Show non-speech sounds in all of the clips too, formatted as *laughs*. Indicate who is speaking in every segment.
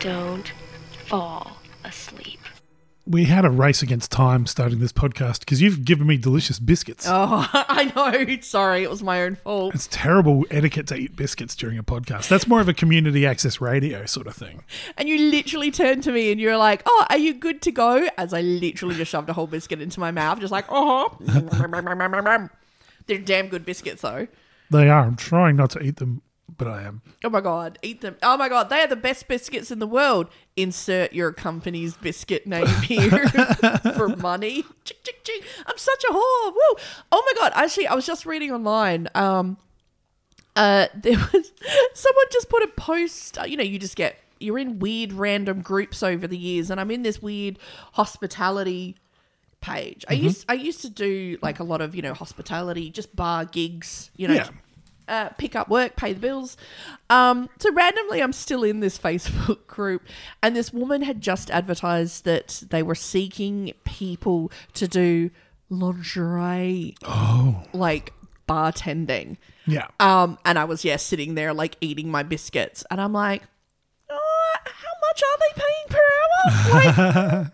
Speaker 1: Don't fall asleep.
Speaker 2: We had a race against time starting this podcast because you've given me delicious biscuits.
Speaker 3: Oh, *laughs* I know. Sorry, it was my own fault.
Speaker 2: It's terrible etiquette to eat biscuits during a podcast. That's more of a community access radio sort of thing.
Speaker 3: And you literally turned to me and you're like, "Oh, are you good to go?" As I literally just shoved a whole biscuit into my mouth, just like, "Oh." *laughs* They're damn good biscuits, though.
Speaker 2: They are. I'm trying not to eat them, but I am.
Speaker 3: Oh my god, eat them! Oh my god, they are the best biscuits in the world. Insert your company's biscuit name *laughs* here for money. Chick, chick, chick. I'm such a whore. Woo! Oh my god, actually, I was just reading online. Um, uh, *laughs* there was someone just put a post. uh, You know, you just get you're in weird random groups over the years, and I'm in this weird hospitality page. I used I used to do like a lot of you know hospitality, just bar gigs. You know,
Speaker 2: Yeah.
Speaker 3: uh, pick up work, pay the bills. Um, so randomly, I'm still in this *laughs* Facebook group, and this woman had just advertised that they were seeking people to do lingerie, oh, like bartending.
Speaker 2: Yeah.
Speaker 3: Um, and I was yeah sitting there like eating my biscuits, and I'm like, oh, how much are they paying
Speaker 2: *laughs*
Speaker 3: per hour? Like,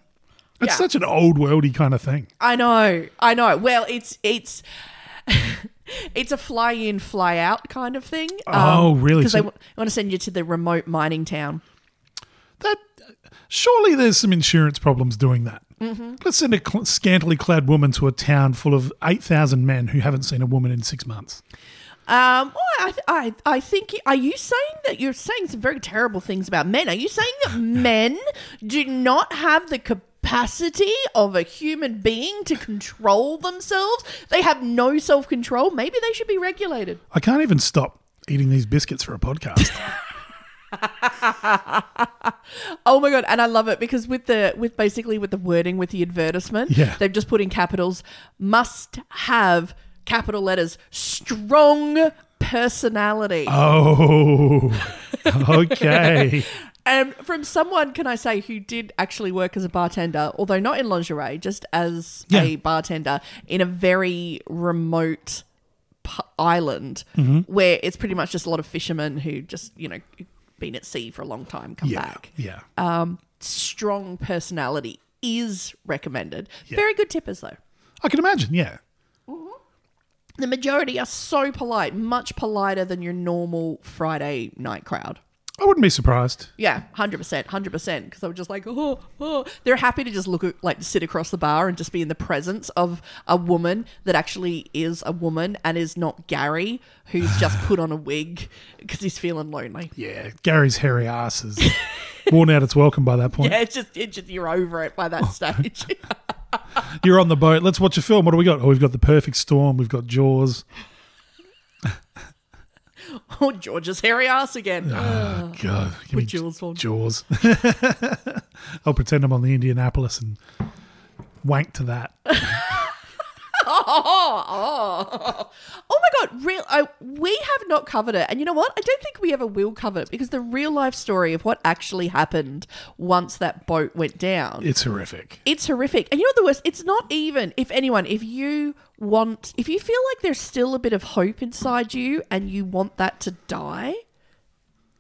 Speaker 2: it's
Speaker 3: yeah.
Speaker 2: such an old worldy kind of thing.
Speaker 3: I know, I know. Well, it's it's. *laughs* It's a fly in, fly out kind of thing.
Speaker 2: Oh, really?
Speaker 3: Because
Speaker 2: So-
Speaker 3: they w- want to send you to the remote mining town.
Speaker 2: That surely there's some insurance problems doing that.
Speaker 3: Mm-hmm.
Speaker 2: Let's send a cl- scantily clad woman to a town full of eight thousand men who haven't seen a woman in six months.
Speaker 3: Um, well, I, I, I think. Are you saying that you're saying some very terrible things about men? Are you saying *sighs* that men do not have the capacity of a human being to control themselves? They have no self control. Maybe they should be regulated.
Speaker 2: I can't even stop eating these biscuits for a
Speaker 3: *laughs*
Speaker 2: podcast.
Speaker 3: Oh my god! And I love it because with the with basically with the wording with the advertisement,
Speaker 2: Yeah.
Speaker 3: they've just put in capitals. Must have capital letters. Strong personality.
Speaker 2: oh, *laughs* okay.
Speaker 3: Um, from someone, can I say, who did actually work as a bartender, although not in lingerie, just as
Speaker 2: Yeah.
Speaker 3: a bartender in a very remote p- island
Speaker 2: Mm-hmm.
Speaker 3: where it's pretty much just a lot of fishermen who just, you know, been at sea for a long time, come
Speaker 2: Yeah,
Speaker 3: back.
Speaker 2: yeah.
Speaker 3: Strong personality is recommended. Very good tippers, though.
Speaker 2: I can imagine. Yeah.
Speaker 3: The majority are so polite, much politer than your normal Friday night crowd.
Speaker 2: I wouldn't be surprised.
Speaker 3: Yeah, hundred percent, hundred percent. Because I was just like, oh, oh, they're happy to just look at, like sit across the bar and just be in the presence of a woman that actually is a woman and is not Gary, who's just put on a wig because he's feeling lonely.
Speaker 2: Yeah, Gary's hairy ass is worn out its welcome by that point.
Speaker 3: *laughs* Yeah, it's just, it's just you're over it by that stage. *laughs*
Speaker 2: You're on the boat. Let's watch a film. What do we got? Oh, we've got The Perfect Storm. We've got Jaws.
Speaker 3: oh, George's hairy ass again.
Speaker 2: Oh, God. Give me
Speaker 3: Uh, Jaws on.
Speaker 2: Jaws. *laughs* I'll pretend I'm on the Indianapolis and wank to that.
Speaker 3: *gasps* oh, oh. oh my god real I, we have not covered it and you know what i don't think we ever will cover it because the real life story of what actually happened once that boat went down
Speaker 2: It's horrific.
Speaker 3: it's horrific. And you know what the worst? It's not even if anyone, if you want if you feel like there's still a bit of hope inside you and you want that to die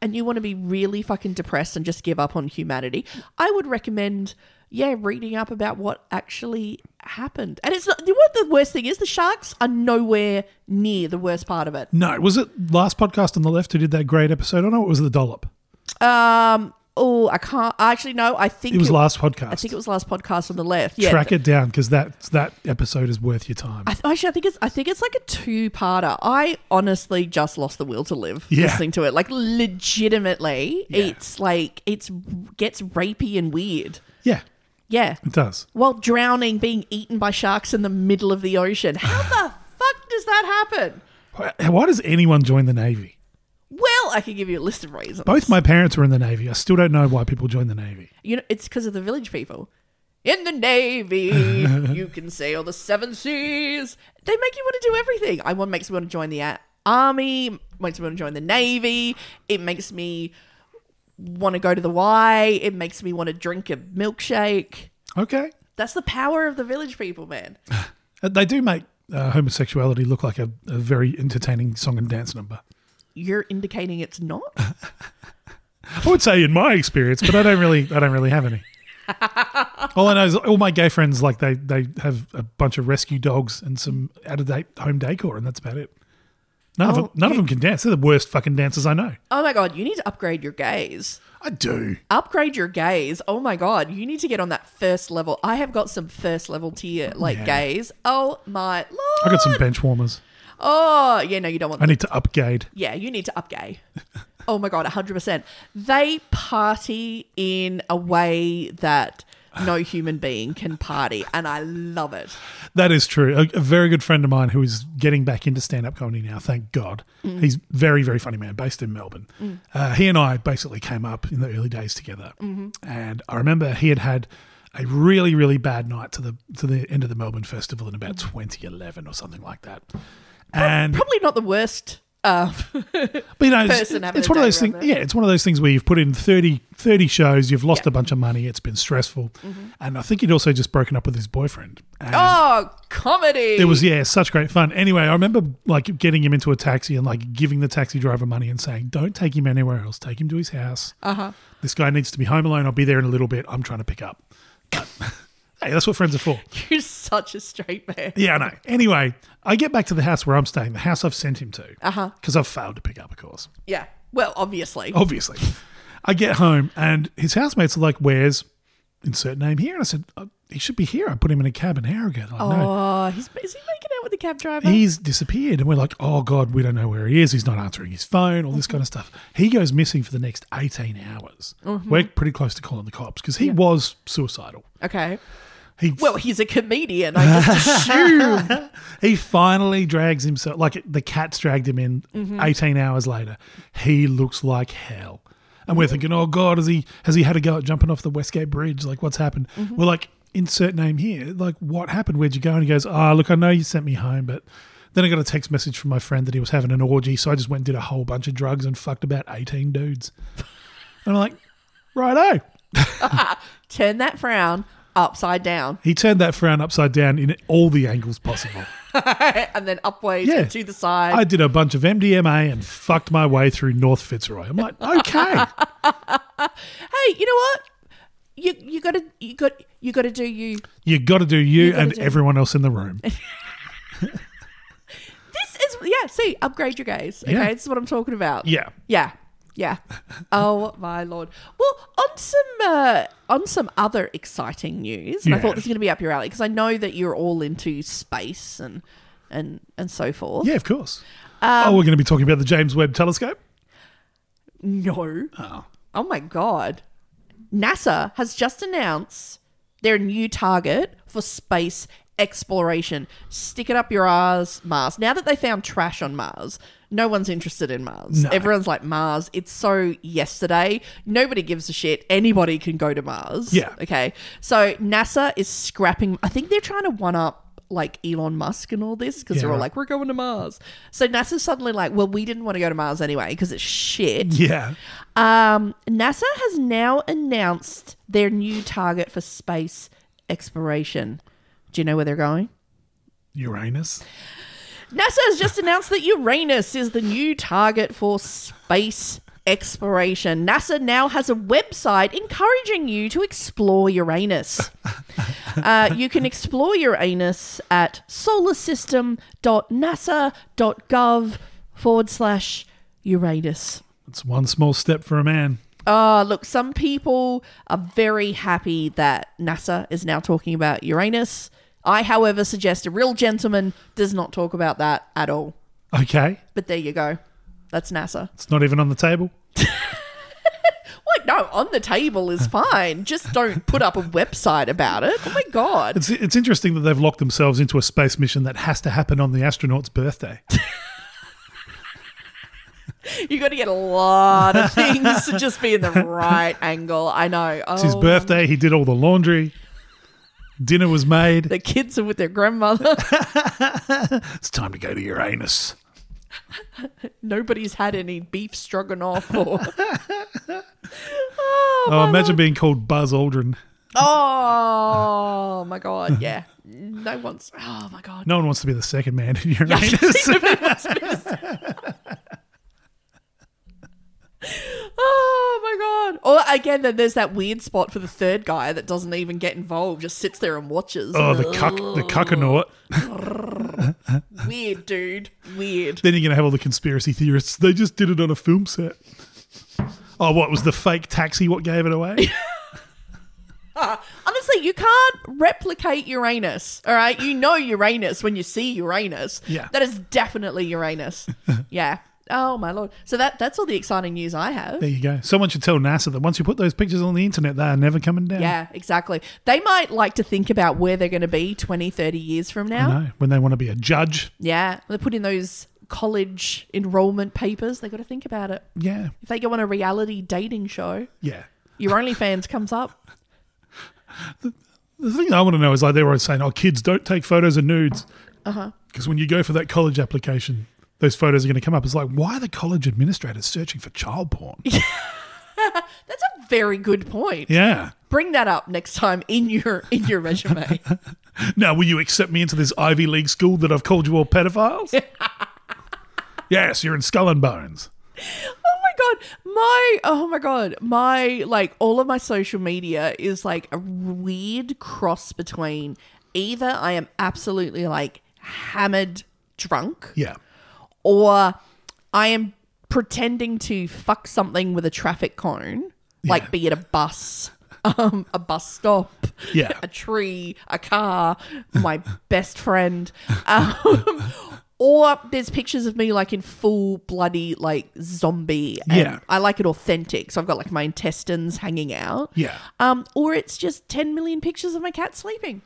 Speaker 3: and you want to be really fucking depressed and just give up on humanity, I would recommend yeah, reading up about what actually happened. And it's not you know what the worst thing is the sharks are nowhere near the worst part of it.
Speaker 2: No, was it last podcast on the left who did that great episode? I know it was The Dollop.
Speaker 3: Um oh, I can't actually no, I think
Speaker 2: It was last podcast.
Speaker 3: I think it was last podcast on the left. Yeah.
Speaker 2: Track it down because that, that episode is worth your time.
Speaker 3: I th- actually, I think it's I think it's like a two-parter. I honestly just lost the will to live
Speaker 2: Yeah.
Speaker 3: listening to it. Like legitimately,
Speaker 2: Yeah.
Speaker 3: it's like it's gets rapey and weird.
Speaker 2: yeah,
Speaker 3: Yeah,
Speaker 2: it does.
Speaker 3: while drowning, being eaten by sharks in the middle of the ocean.
Speaker 2: *sighs*
Speaker 3: How the fuck does that happen?
Speaker 2: Why why does anyone join the Navy?
Speaker 3: Well, I can give you a list of reasons.
Speaker 2: Both my parents were in the Navy. I still don't know why people join the Navy.
Speaker 3: you know, it's because of the village people. in the Navy. you can sail the seven seas. They make you want to do everything. I want makes me want to join the a- army, makes me want to join the Navy. It makes me want to go to the Y. It makes me want to drink a milkshake.
Speaker 2: Okay.
Speaker 3: That's the power of the village people, man.
Speaker 2: Uh, They do make uh, homosexuality look like a, a very entertaining song and dance number.
Speaker 3: You're indicating it's not?
Speaker 2: I would say in my experience, but I don't really, I don't really have *laughs* any. all I know is all my gay friends like they they have a bunch of rescue dogs and some out of date home decor, and that's about it. None of
Speaker 3: Oh,
Speaker 2: them, none of them can dance. They're the worst fucking dancers I know.
Speaker 3: Oh my god, you need to upgrade your gaze.
Speaker 2: I do.
Speaker 3: Upgrade your gaze. Oh my god, you need to get on that first level. I have got some first level tier like
Speaker 2: Yeah.
Speaker 3: gaze. Oh my lord.
Speaker 2: I got some bench warmers.
Speaker 3: Oh, yeah, no, you don't want
Speaker 2: I need to upgrade.
Speaker 3: yeah, you need to upgay. oh my god, hundred percent. They party in a way that
Speaker 2: *sighs*
Speaker 3: no human being can party, and I love it.
Speaker 2: That is true. A, a very good friend of mine who is getting back into stand up comedy now, thank God.
Speaker 3: Mm.
Speaker 2: He's very, very funny man, based in Melbourne. Uh, he and I basically came up in the early days together,
Speaker 3: Mm-hmm.
Speaker 2: and I remember he had had a really, really bad night to the to the end of the Melbourne Festival in about 2011 or something like that. And
Speaker 3: Probably not the worst.
Speaker 2: *laughs*
Speaker 3: Uh,
Speaker 2: But you know, it's,
Speaker 3: person having
Speaker 2: it's
Speaker 3: a
Speaker 2: one of
Speaker 3: day
Speaker 2: those things.
Speaker 3: around that.
Speaker 2: Yeah, it's one of those things where you've put in 30, 30 shows, you've lost
Speaker 3: Yeah. Mm-hmm.
Speaker 2: a bunch of money, it's been stressful, and I think he'd also just broken up with his boyfriend. And
Speaker 3: oh, comedy.
Speaker 2: It was yeah, such great fun. Anyway, I remember like getting him into a taxi and like giving the taxi driver money and saying, "Don't take him anywhere else. Take him to his house. Uh-huh. This guy needs to be home alone. I'll be there in a little bit. I'm trying to pick up." *laughs* But, hey, that's what friends are for.
Speaker 3: *laughs* You're such a straight man.
Speaker 2: Yeah, I know. Anyway, I get back to the house where I'm staying, the house I've sent him to, because uh-huh. I've failed to pick up, of course.
Speaker 3: Yeah. Well, obviously.
Speaker 2: obviously. I get home and his housemates are like, "Where's insert name here?" And I said, "Uh, "He should be here. I put him in a cab an hour ago." They're Like, no,
Speaker 3: Oh, he's, is he making out with the cab driver?
Speaker 2: he's disappeared. And we're like, "Oh God, we don't know where he is. He's not answering his phone. All this kind of stuff." He goes missing for the next eighteen hours. We're pretty close to calling the cops because he was suicidal.
Speaker 3: okay.
Speaker 2: He
Speaker 3: Well, he's a comedian. I just
Speaker 2: *laughs* he finally drags himself like the cat's dragged him in 18 hours later he looks like hell and we're thinking oh god has he has he had a go at jumped off the westgate bridge like what's happened we're like insert name here like what happened where'd you go and he goes oh look i know you sent me home but then i got a text message from my friend that he was having an orgy so i just went and did a whole bunch of drugs and fucked about 18 dudes and i'm like righto
Speaker 3: turn that frown upside down *laughs*
Speaker 2: he turned that frown upside down in all the angles possible
Speaker 3: and then upwards
Speaker 2: Yeah.
Speaker 3: and to the side.
Speaker 2: I did a bunch of MDMA and fucked my way through North Fitzroy. I'm like, okay,
Speaker 3: hey, you know what? You you gotta you got you gotta do you.
Speaker 2: you got to do you,
Speaker 3: You gotta
Speaker 2: and
Speaker 3: do it.
Speaker 2: everyone else in the
Speaker 3: *laughs*
Speaker 2: room.
Speaker 3: This is yeah. See, upgrade your gaze. Okay,
Speaker 2: Yeah.
Speaker 3: this is what I'm talking about.
Speaker 2: Yeah,
Speaker 3: Yeah.
Speaker 2: *laughs*
Speaker 3: Yeah. Oh my lord. Well, on some uh, on some other exciting news, and I
Speaker 2: Yeah.
Speaker 3: thought this is going to be up your alley because I know that you're all into space and and and so forth.
Speaker 2: yeah, of course. oh,
Speaker 3: Um,
Speaker 2: we're going to be talking about the James Webb Telescope.
Speaker 3: No. Oh. my god. NASA has just announced their new target for space exploration. Stick it up your ass, Mars. Now that they found trash on Mars, no one's interested in Mars.
Speaker 2: No.
Speaker 3: Everyone's like Mars. It's so yesterday. Nobody gives a shit. Anybody can go to Mars.
Speaker 2: Yeah.
Speaker 3: Okay. So NASA is scrapping. I think they're trying to one up like Elon Musk and all this because
Speaker 2: Yeah,
Speaker 3: they're all
Speaker 2: right.
Speaker 3: like, we're going to Mars. So NASA's suddenly like, well, we didn't want to go to Mars anyway because it's shit.
Speaker 2: Yeah,
Speaker 3: Um, NASA has now announced their new target for space exploration. Do you know where they're going?
Speaker 2: Uranus.
Speaker 3: NASA has just announced that Uranus is the new target for space exploration. NASA now has a website encouraging you to explore Uranus. Uh, you can explore Uranus at solarsystem.nasa.gov forward slash Uranus.
Speaker 2: It's one small step for a man.
Speaker 3: Oh, look, some people are very happy that NASA is now talking about Uranus. I, however, suggest a real gentleman does not talk about that at all.
Speaker 2: Okay,
Speaker 3: But there you go. That's NASA.
Speaker 2: it's not even on the table.
Speaker 3: What? No, on the table
Speaker 2: *laughs*
Speaker 3: is fine. Just don't put up a website about it. Oh my God.
Speaker 2: It's it's interesting that they've locked themselves into a space mission that has to happen on the astronaut's birthday.
Speaker 3: You got to get a lot of things to just be in the right angle. I know. Oh,
Speaker 2: It's his birthday. He did all the laundry. Dinner was
Speaker 3: *laughs*
Speaker 2: made.
Speaker 3: The kids are with their grandmother. *laughs*
Speaker 2: It's time to go to your anus.
Speaker 3: Nobody's had any beef stroganoff
Speaker 2: *laughs*
Speaker 3: or. *laughs*
Speaker 2: Oh, imagine being called Buzz Aldrin.
Speaker 3: Oh my god, yeah. No one's. Oh my *laughs* god.
Speaker 2: No one wants to be the second man in your anus.
Speaker 3: *laughs* Oh my god. Or again, then there's that weird spot for the third guy that doesn't even get involved, just sits there and watches.
Speaker 2: Oh, the cuck, the cuckernaut.
Speaker 3: Weird, dude. Weird. *laughs*
Speaker 2: Then you're going to have all the conspiracy theorists. They just did it on a film set. Oh, what was the fake taxi? What gave it away?
Speaker 3: Ah, Honestly, you can't replicate Uranus. All right, you know Uranus when you see Uranus.
Speaker 2: Yeah.
Speaker 3: that is definitely
Speaker 2: *laughs*
Speaker 3: Uranus. yeah. Oh my lord. So that that's all the exciting news I have.
Speaker 2: there you go. Someone should tell NASA that once you put those pictures on the internet, they are never coming down.
Speaker 3: Yeah, exactly. They might like to think about where they're going to be 20, 30 years from now.
Speaker 2: No, when they want to be a judge.
Speaker 3: Yeah, they put in those college enrollment papers. They got to think about it.
Speaker 2: Yeah.
Speaker 3: If they go on a reality dating show,
Speaker 2: Yeah.
Speaker 3: your OnlyFans comes up.
Speaker 2: The thing I want to know is like they were saying, oh, kids, don't take photos of nudes. Uh huh. Because when you go for that college application, those photos are going to come up. It's like, why are the college administrators searching for child porn?
Speaker 3: That's a very good point.
Speaker 2: yeah.
Speaker 3: Bring that up next time in your in your resume.
Speaker 2: Now, will you accept me into this Ivy League school that I've called you all *laughs* pedophiles? yes, you're in Skull and Bones.
Speaker 3: Oh my god, my oh my god, my like all of my social media is like a weird cross between either I am absolutely like hammered drunk
Speaker 2: Yeah.
Speaker 3: or I am pretending to fuck something with a traffic cone, like be it a bus, *laughs* um, a bus stop,
Speaker 2: Yeah.
Speaker 3: a tree, a car, my best friend. *laughs* Um, or there's pictures of me like in full bloody like zombie. and
Speaker 2: Yeah.
Speaker 3: I like it authentic. So I've got like my intestines hanging out.
Speaker 2: Yeah.
Speaker 3: Um, or it's just 10 million pictures of my cat sleeping.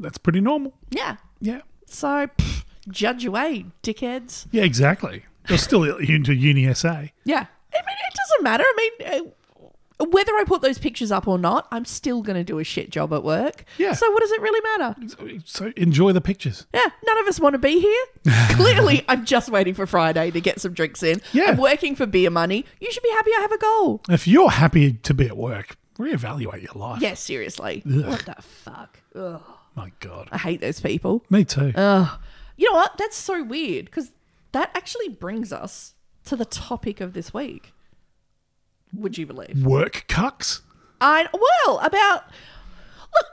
Speaker 2: That's pretty normal.
Speaker 3: Yeah.
Speaker 2: Yeah.
Speaker 3: So pff, judge away, dickheads.
Speaker 2: Yeah, exactly. You're still *laughs* into Uni SA.
Speaker 3: Yeah. I mean, it doesn't matter. I mean, uh, whether I put those pictures up or not, I'm still going to do a shit job at work.
Speaker 2: Yeah.
Speaker 3: So what does it really matter?
Speaker 2: So enjoy the pictures.
Speaker 3: Yeah, none of us want to be
Speaker 2: *laughs*
Speaker 3: here. Clearly, I'm just waiting for Friday to get some drinks in.
Speaker 2: Yeah.
Speaker 3: I'm working for beer money. You should be happy I have a goal.
Speaker 2: If you're happy to be at work, reevaluate your life.
Speaker 3: Yeah, seriously. What the fuck? Ugh,
Speaker 2: My God.
Speaker 3: I hate those people.
Speaker 2: Me too.
Speaker 3: You know what? That's so weird because that actually brings us to the topic of this week. Would you believe?
Speaker 2: Work cucks?
Speaker 3: I well about look.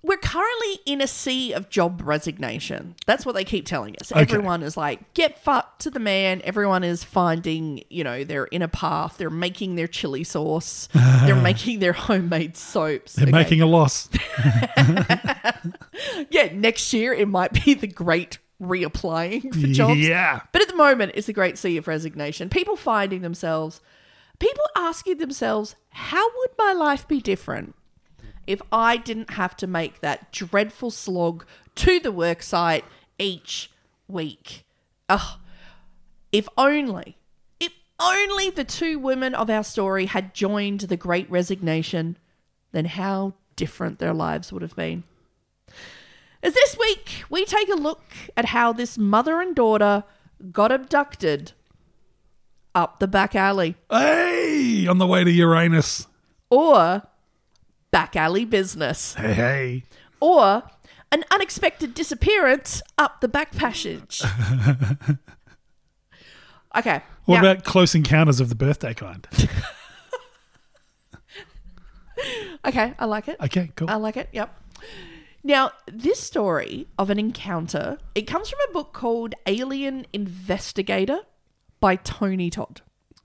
Speaker 3: We're currently in a sea of job resignation. That's what they keep telling us.
Speaker 2: Okay.
Speaker 3: Everyone is like, get fucked to the man. Everyone is finding, you know, their inner path. They're making their chili sauce.
Speaker 2: *laughs*
Speaker 3: They're making their homemade soaps.
Speaker 2: They're making a loss.
Speaker 3: *laughs* yeah. Next year it might be the great reapplying for jobs.
Speaker 2: yeah.
Speaker 3: But at the moment, it's the great sea of resignation. People finding themselves, people asking themselves, how would my life be different if I didn't have to make that dreadful slog to the worksite each week? Ugh. If only, if only the two women of our story had joined the great resignation, then how different their lives would have been. As this week, we take a look at how this mother and daughter got abducted up the back alley
Speaker 2: Hey, on the way to Uranus.
Speaker 3: or back alley business
Speaker 2: Hey, hey.
Speaker 3: or an unexpected disappearance up the back
Speaker 2: *laughs*
Speaker 3: passage. Okay.
Speaker 2: What
Speaker 3: now-
Speaker 2: about close encounters of the birthday kind? *laughs*
Speaker 3: Okay, I like it.
Speaker 2: Okay, cool.
Speaker 3: I like it. Yep. Now, this story of an encounter, it comes from a book called Alien Investigator by Tony Todd.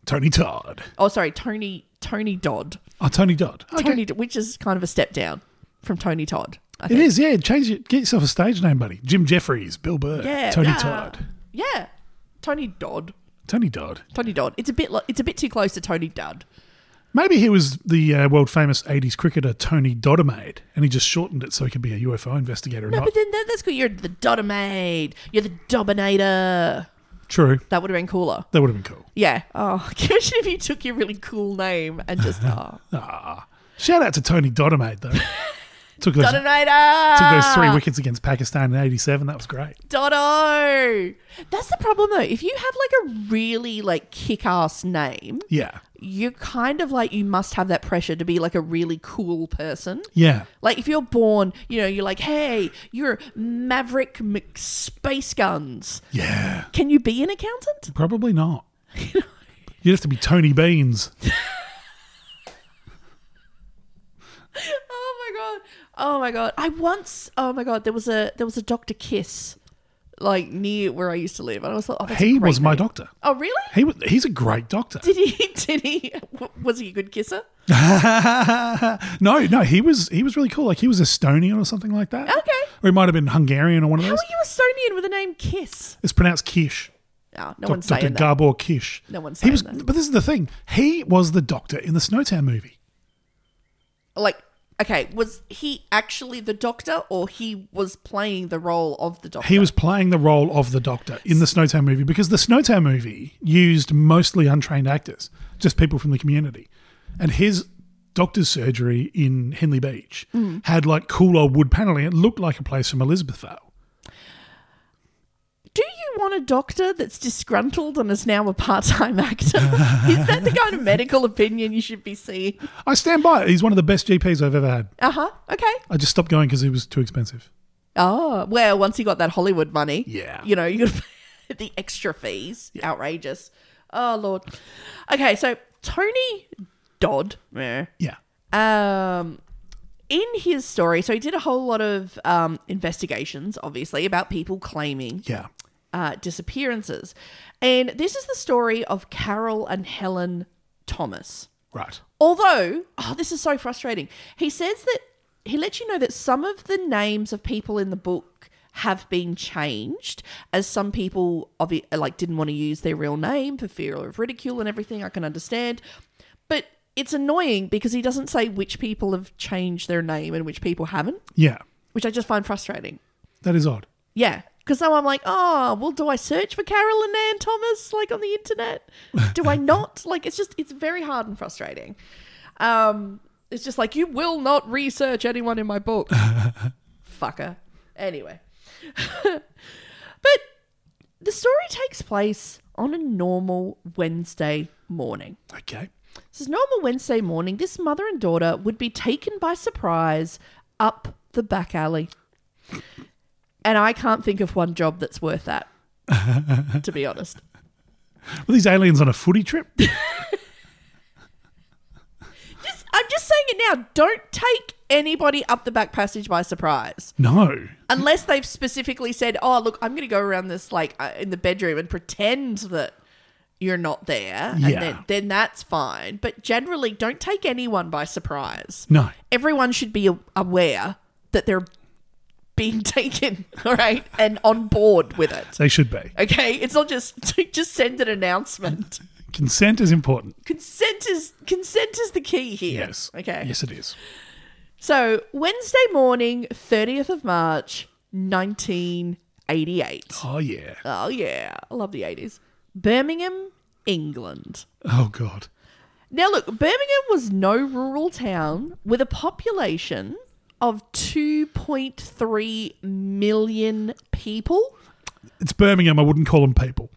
Speaker 2: Tony Todd.
Speaker 3: Oh, sorry, Tony Tony Dodd.
Speaker 2: Oh, Tony Dodd. Okay.
Speaker 3: Tony, which is kind of a step down from Tony Todd. I
Speaker 2: It
Speaker 3: think.
Speaker 2: is, yeah. Change it. Get yourself a stage name, buddy. Jim Jeffries, Bill Burr,
Speaker 3: Yeah,
Speaker 2: Tony
Speaker 3: yeah.
Speaker 2: Todd.
Speaker 3: Yeah, Tony Dodd.
Speaker 2: Tony Dodd.
Speaker 3: Tony Dodd. It's a bit. Lo- it's a bit too close to Tony Dodd.
Speaker 2: Maybe he was the uh, world famous 80s cricketer Tony Doddermaid, and he just shortened it so he could be a UFO investigator. and
Speaker 3: No,
Speaker 2: not
Speaker 3: but then that, that's good. You're the Doddermaid. You're the Dominator.
Speaker 2: True.
Speaker 3: That would have been cooler.
Speaker 2: That would have been cool.
Speaker 3: Yeah. Oh, *laughs* imagine if
Speaker 2: *laughs*
Speaker 3: you took your really cool name and just. Oh. *laughs*
Speaker 2: Shout out to Tony Doddermaid, though. Took those, took
Speaker 3: Detonator.
Speaker 2: those three wickets against Pakistan in 87. That was great.
Speaker 3: Dotto. That's the problem though. If you have like a really like kick-ass name,
Speaker 2: Yeah.
Speaker 3: you kind of like you must have that pressure to be like a really cool person.
Speaker 2: Yeah.
Speaker 3: Like if you're born, you know, you're like, hey, you're Maverick McSpace Guns.
Speaker 2: Yeah.
Speaker 3: Can you be an accountant?
Speaker 2: Probably
Speaker 3: *laughs*
Speaker 2: not. You'd have to be Tony Beans.
Speaker 3: Oh my god! Oh my god! I once, oh my god, there was a there was a Doctor Kiss, like near where I used to live, and I was like, oh, that's a
Speaker 2: He
Speaker 3: great
Speaker 2: was my
Speaker 3: name.
Speaker 2: doctor.
Speaker 3: Oh really?
Speaker 2: He was, he's a great doctor.
Speaker 3: *laughs* Did he? Did he? w- Was he a good kisser?
Speaker 2: *laughs* no, no, he was he was really cool. Like he was Estonian or something like that.
Speaker 3: Okay.
Speaker 2: Or he might have been Hungarian or one of
Speaker 3: How
Speaker 2: those.
Speaker 3: are you Estonian with the name Kiss?
Speaker 2: It's pronounced Kish.
Speaker 3: Oh, no
Speaker 2: Doc-
Speaker 3: one's saying
Speaker 2: Dr.
Speaker 3: that.
Speaker 2: Gabor Kish.
Speaker 3: No one's
Speaker 2: he was,
Speaker 3: saying that.
Speaker 2: But this is the thing. He was the doctor in the Snowtown movie.
Speaker 3: like, okay, was he actually the Doctor, or he was playing the role of the Doctor?
Speaker 2: He was playing the role of the doctor in the Snowtown movie because the Snowtown movie used mostly untrained actors, just people from the community. And his doctor's surgery in Henley Beach
Speaker 3: Mm.
Speaker 2: had like cool old wood paneling. It looked like a place from Elizabethvale.
Speaker 3: Do you want a doctor that's disgruntled and is now a part-time *laughs* actor? is that the kind of medical opinion you should be seeing?
Speaker 2: I stand by it. He's one of the best GPs I've ever had.
Speaker 3: Uh huh. Okay.
Speaker 2: I just stopped going because he was too expensive.
Speaker 3: Oh, well, once he got that Hollywood money,
Speaker 2: Yeah.
Speaker 3: you know, you got to pay *laughs* the extra fees. Outrageous. Oh, Lord. Okay, so Tony Dodd, meh,
Speaker 2: Yeah.
Speaker 3: um, in his story, so he did a whole lot of um, investigations, obviously, about people claiming
Speaker 2: Yeah.
Speaker 3: uh, disappearances. And this is the story of Carol and Helen Thomas.
Speaker 2: Right.
Speaker 3: Although, oh, this is so frustrating. He says that he lets you know that some of the names of people in the book have been changed, as some people obvi- like didn't want to use their real name for fear of ridicule and everything. I can understand, but it's annoying because he doesn't say which people have changed their name and which people haven't,
Speaker 2: Yeah.
Speaker 3: which I just find frustrating.
Speaker 2: That is odd.
Speaker 3: Yeah. Because now I'm like, oh, well, do I search for Carol and Ann Thomas like on the internet? Do I not? Like, it's just, it's very hard and frustrating. Um, it's just like, you will not research anyone in my book. Fucker. Anyway. *laughs* but the story takes place on a normal Wednesday morning.
Speaker 2: Okay.
Speaker 3: This is normal Wednesday morning. This mother and daughter would be taken by surprise up the back alley. And I can't think of one job that's worth that, to be honest.
Speaker 2: Were these aliens on a footy trip?
Speaker 3: Just, I'm just saying it now. Don't take anybody up the back passage by surprise
Speaker 2: *laughs* No.
Speaker 3: unless they've specifically said, "Oh, look, I'm going to go around this like uh, in the bedroom and pretend that you're not there,"
Speaker 2: Yeah.
Speaker 3: and then then that's fine. But generally, don't take anyone by surprise.
Speaker 2: No.
Speaker 3: everyone should be a- aware that they're being *laughs* taken, all right, and on board with it.
Speaker 2: They should be.
Speaker 3: Okay, it's not just *laughs* just send an announcement.
Speaker 2: Consent is important.
Speaker 3: Consent is consent is the key here.
Speaker 2: Yes.
Speaker 3: Okay.
Speaker 2: Yes, it is.
Speaker 3: So Wednesday morning, thirtieth of March, nineteen eighty-eight.
Speaker 2: *gasps* Oh, yeah.
Speaker 3: Oh yeah, I love the eighties. Birmingham, England.
Speaker 2: Oh, God.
Speaker 3: Now look, Birmingham was no rural town with a population of 2.3 million people.
Speaker 2: It's Birmingham. I wouldn't call them people.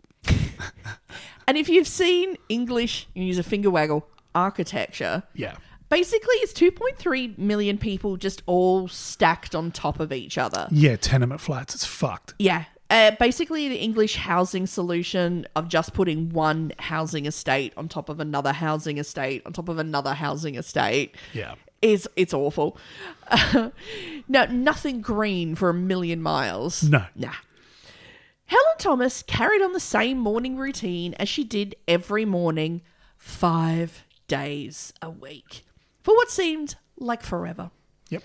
Speaker 3: And if you've seen English, you use a finger waggle architecture.
Speaker 2: Yeah.
Speaker 3: Basically, it's 2.3 million people just all stacked on top of each other.
Speaker 2: Yeah, tenement flats. It's fucked.
Speaker 3: Yeah. Uh, basically, the English housing solution of just putting one housing estate on top of another housing estate on top of another housing estate
Speaker 2: Yeah.
Speaker 3: is it's awful. *laughs* no, nothing green for a million miles.
Speaker 2: No.
Speaker 3: Nah. Helen Thomas carried on the same morning routine as she did every morning, five days a week, for what seemed like forever.
Speaker 2: Yep.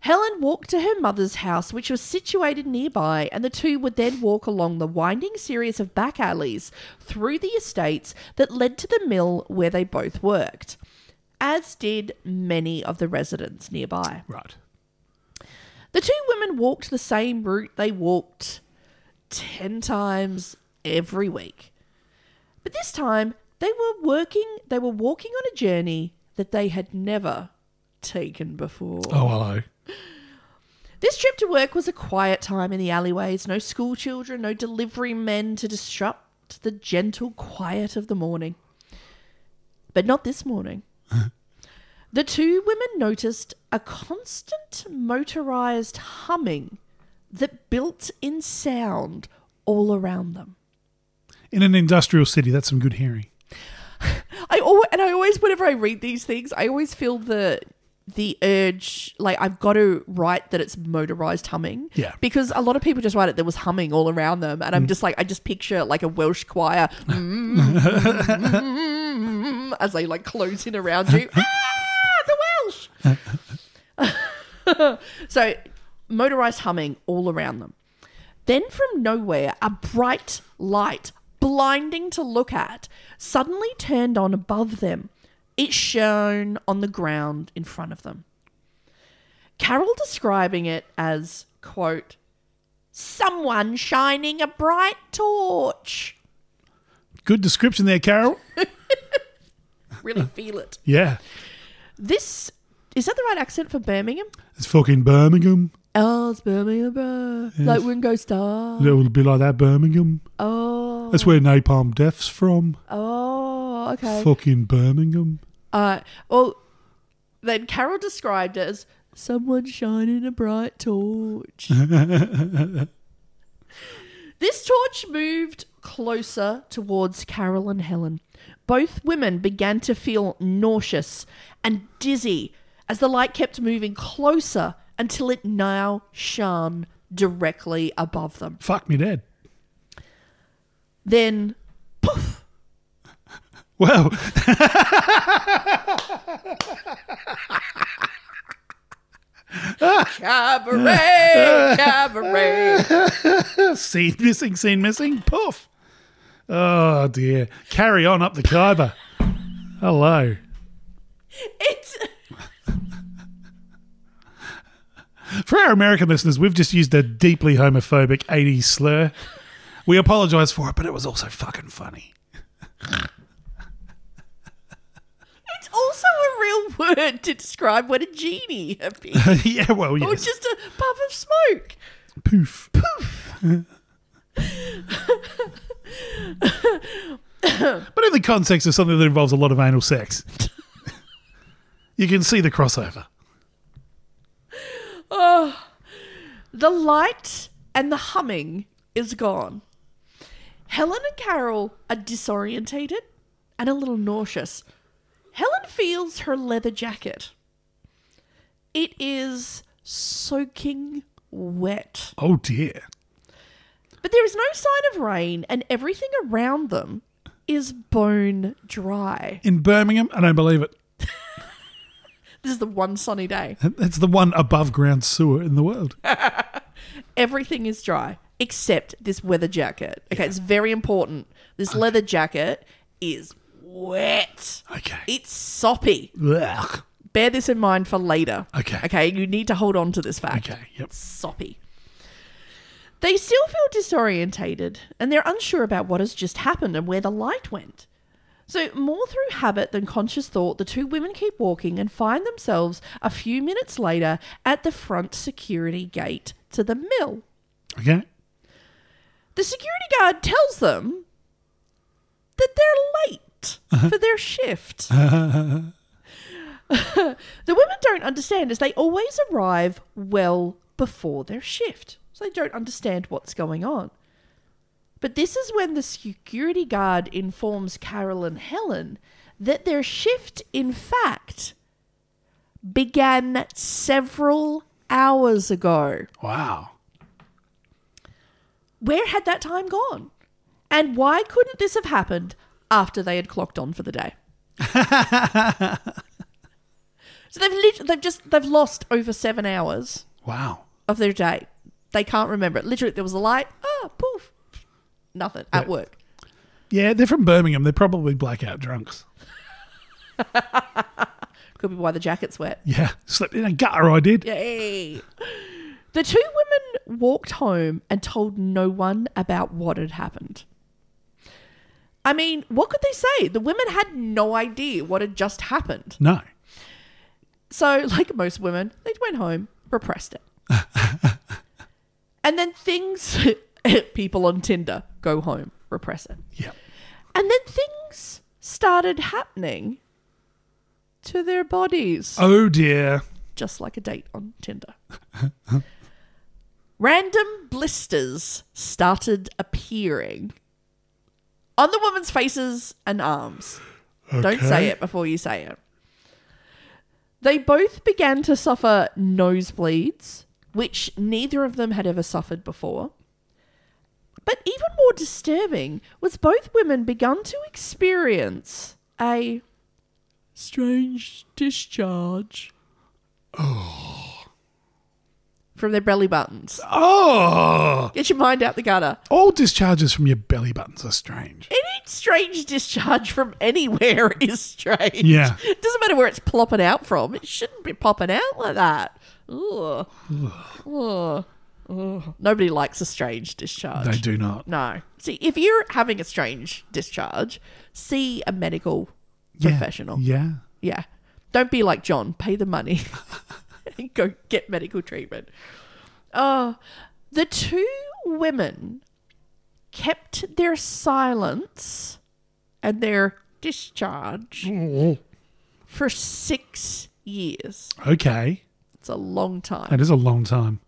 Speaker 3: Helen walked to her mother's house, which was situated nearby, and the two would then walk along the winding series of back alleys through the estates that led to the mill where they both worked, as did many of the residents nearby.
Speaker 2: Right.
Speaker 3: The two women walked the same route they walked 10 times every week. But this time, they were working, they were walking on a journey that they had never taken before.
Speaker 2: Oh, hello.
Speaker 3: This trip to work was a quiet time in the alleyways. No school children, no delivery men to disrupt the gentle quiet of the morning. But not this morning. the two women noticed a constant motorized humming that built in sound all around them.
Speaker 2: In an industrial city, that's some good hearing.
Speaker 3: I always, and I always whenever I read these things, I always feel the the urge like I've got to write that it's motorized humming.
Speaker 2: Yeah.
Speaker 3: Because a lot of people just write it there was humming all around them and I'm just like I just picture like a Welsh choir *laughs* mm, as they like close in around you. ah, the Welsh. *laughs* so motorized humming all around them. Then, from nowhere, a bright light, blinding to look at, suddenly turned on above them. It shone on the ground in front of them. Carol describing it as, quote, someone shining a bright torch.
Speaker 2: Good description there, Carol.
Speaker 3: Really feel it.
Speaker 2: Yeah.
Speaker 3: This is that the right accent for Birmingham?
Speaker 2: It's fucking Birmingham.
Speaker 3: Oh, it's Birmingham, bruh. Like Wingo Star.
Speaker 2: A little bit like that, Birmingham.
Speaker 3: Oh,
Speaker 2: That's where Napalm Death's from.
Speaker 3: oh, okay.
Speaker 2: Fucking Birmingham.
Speaker 3: Uh, well, then Carol described it as someone shining a bright *laughs* torch. this torch moved closer towards Carol and Helen. Both women began to feel nauseous and dizzy as the light kept moving closer until it now shone directly above them.
Speaker 2: Fuck me dead.
Speaker 3: Then, poof!
Speaker 2: Well, *laughs*
Speaker 3: *laughs* Cabaret, cabaret.
Speaker 2: scene missing, scene missing. Poof. Oh, dear. Carry on up the Khyber. Hello.
Speaker 3: It's
Speaker 2: For our American listeners, we've just used a deeply homophobic 80s slur. We apologize for it, but it was also fucking funny. *laughs*
Speaker 3: it's also a real *laughs* word to describe what a genie
Speaker 2: *laughs*
Speaker 3: appears,
Speaker 2: yeah, well,
Speaker 3: or
Speaker 2: yes.
Speaker 3: just a puff of smoke.
Speaker 2: Poof. but in the context of something that involves a lot of anal sex, you can see the crossover.
Speaker 3: The light and the humming is gone. Helen and Carol are disorientated and a little nauseous. Helen feels her leather jacket. It is soaking wet.
Speaker 2: Oh dear.
Speaker 3: But there is no sign of rain, and everything around them is bone dry.
Speaker 2: In Birmingham, I don't believe it.
Speaker 3: This is the one sunny day.
Speaker 2: It's the one above ground sewer in the world.
Speaker 3: Everything is dry except this weather jacket. Okay, it's very important. This leather jacket is wet.
Speaker 2: Okay.
Speaker 3: It's soppy.
Speaker 2: Ugh.
Speaker 3: Bear this in mind for later.
Speaker 2: Okay.
Speaker 3: Okay, you need to hold on to this fact.
Speaker 2: Okay, yep.
Speaker 3: soppy. They still feel disorientated and they're unsure about what has just happened and where the light went. So, more through habit than conscious thought, the two women keep walking and find themselves a few minutes later at the front security gate to the mill.
Speaker 2: Okay.
Speaker 3: The security guard tells them that they're late for their shift. *laughs* the women don't understand as they always arrive well before their shift. So they don't understand what's going on. But this is when the security guard informs Carol and Helen that their shift, in fact, began several hours ago.
Speaker 2: Wow.
Speaker 3: Where had that time gone? And why couldn't this have happened after they had clocked on for the day? so they've lit- they've just they've lost over seven hours
Speaker 2: Wow.
Speaker 3: of their day. They can't remember it. Literally, there was a light. Ah, poof, nothing at work.
Speaker 2: Yeah, they're from Birmingham. They're probably blackout drunks.
Speaker 3: Could be why the jacket's wet.
Speaker 2: Yeah. Slipped in a gutter, I did.
Speaker 3: Yay. The two women walked home and told no one about what had happened. I mean, what could they say? The women had no idea what had just happened.
Speaker 2: No.
Speaker 3: *laughs* So, like most women, they went home, repressed it. and then things, *laughs* people on Tinder go home, repress it.
Speaker 2: Yeah.
Speaker 3: And then things started happening to their bodies,
Speaker 2: Oh dear.
Speaker 3: just like a date on Tinder. Random blisters started appearing on the woman's faces and arms. Don't say
Speaker 2: Okay.
Speaker 3: it before you say it. They both began to suffer nosebleeds, which neither of them had ever suffered before. But even more disturbing was both women began to experience a strange discharge from their belly buttons.
Speaker 2: Oh,
Speaker 3: Get your mind out the gutter.
Speaker 2: all discharges from your belly buttons are strange.
Speaker 3: Any strange discharge from anywhere *laughs* is strange.
Speaker 2: Yeah.
Speaker 3: It doesn't matter where it's plopping out from. It shouldn't be popping out like that. Ugh. Ugh. Ugh. Nobody likes a strange discharge.
Speaker 2: They do not.
Speaker 3: No. See, if you're having a strange discharge, see a medical
Speaker 2: Yeah.
Speaker 3: professional. Yeah.
Speaker 2: Yeah.
Speaker 3: Don't be like John. Pay the money *laughs* and go get medical treatment. Oh, the two women kept their silence and their discharge for six years.
Speaker 2: Okay.
Speaker 3: It's a long time.
Speaker 2: That is a long time.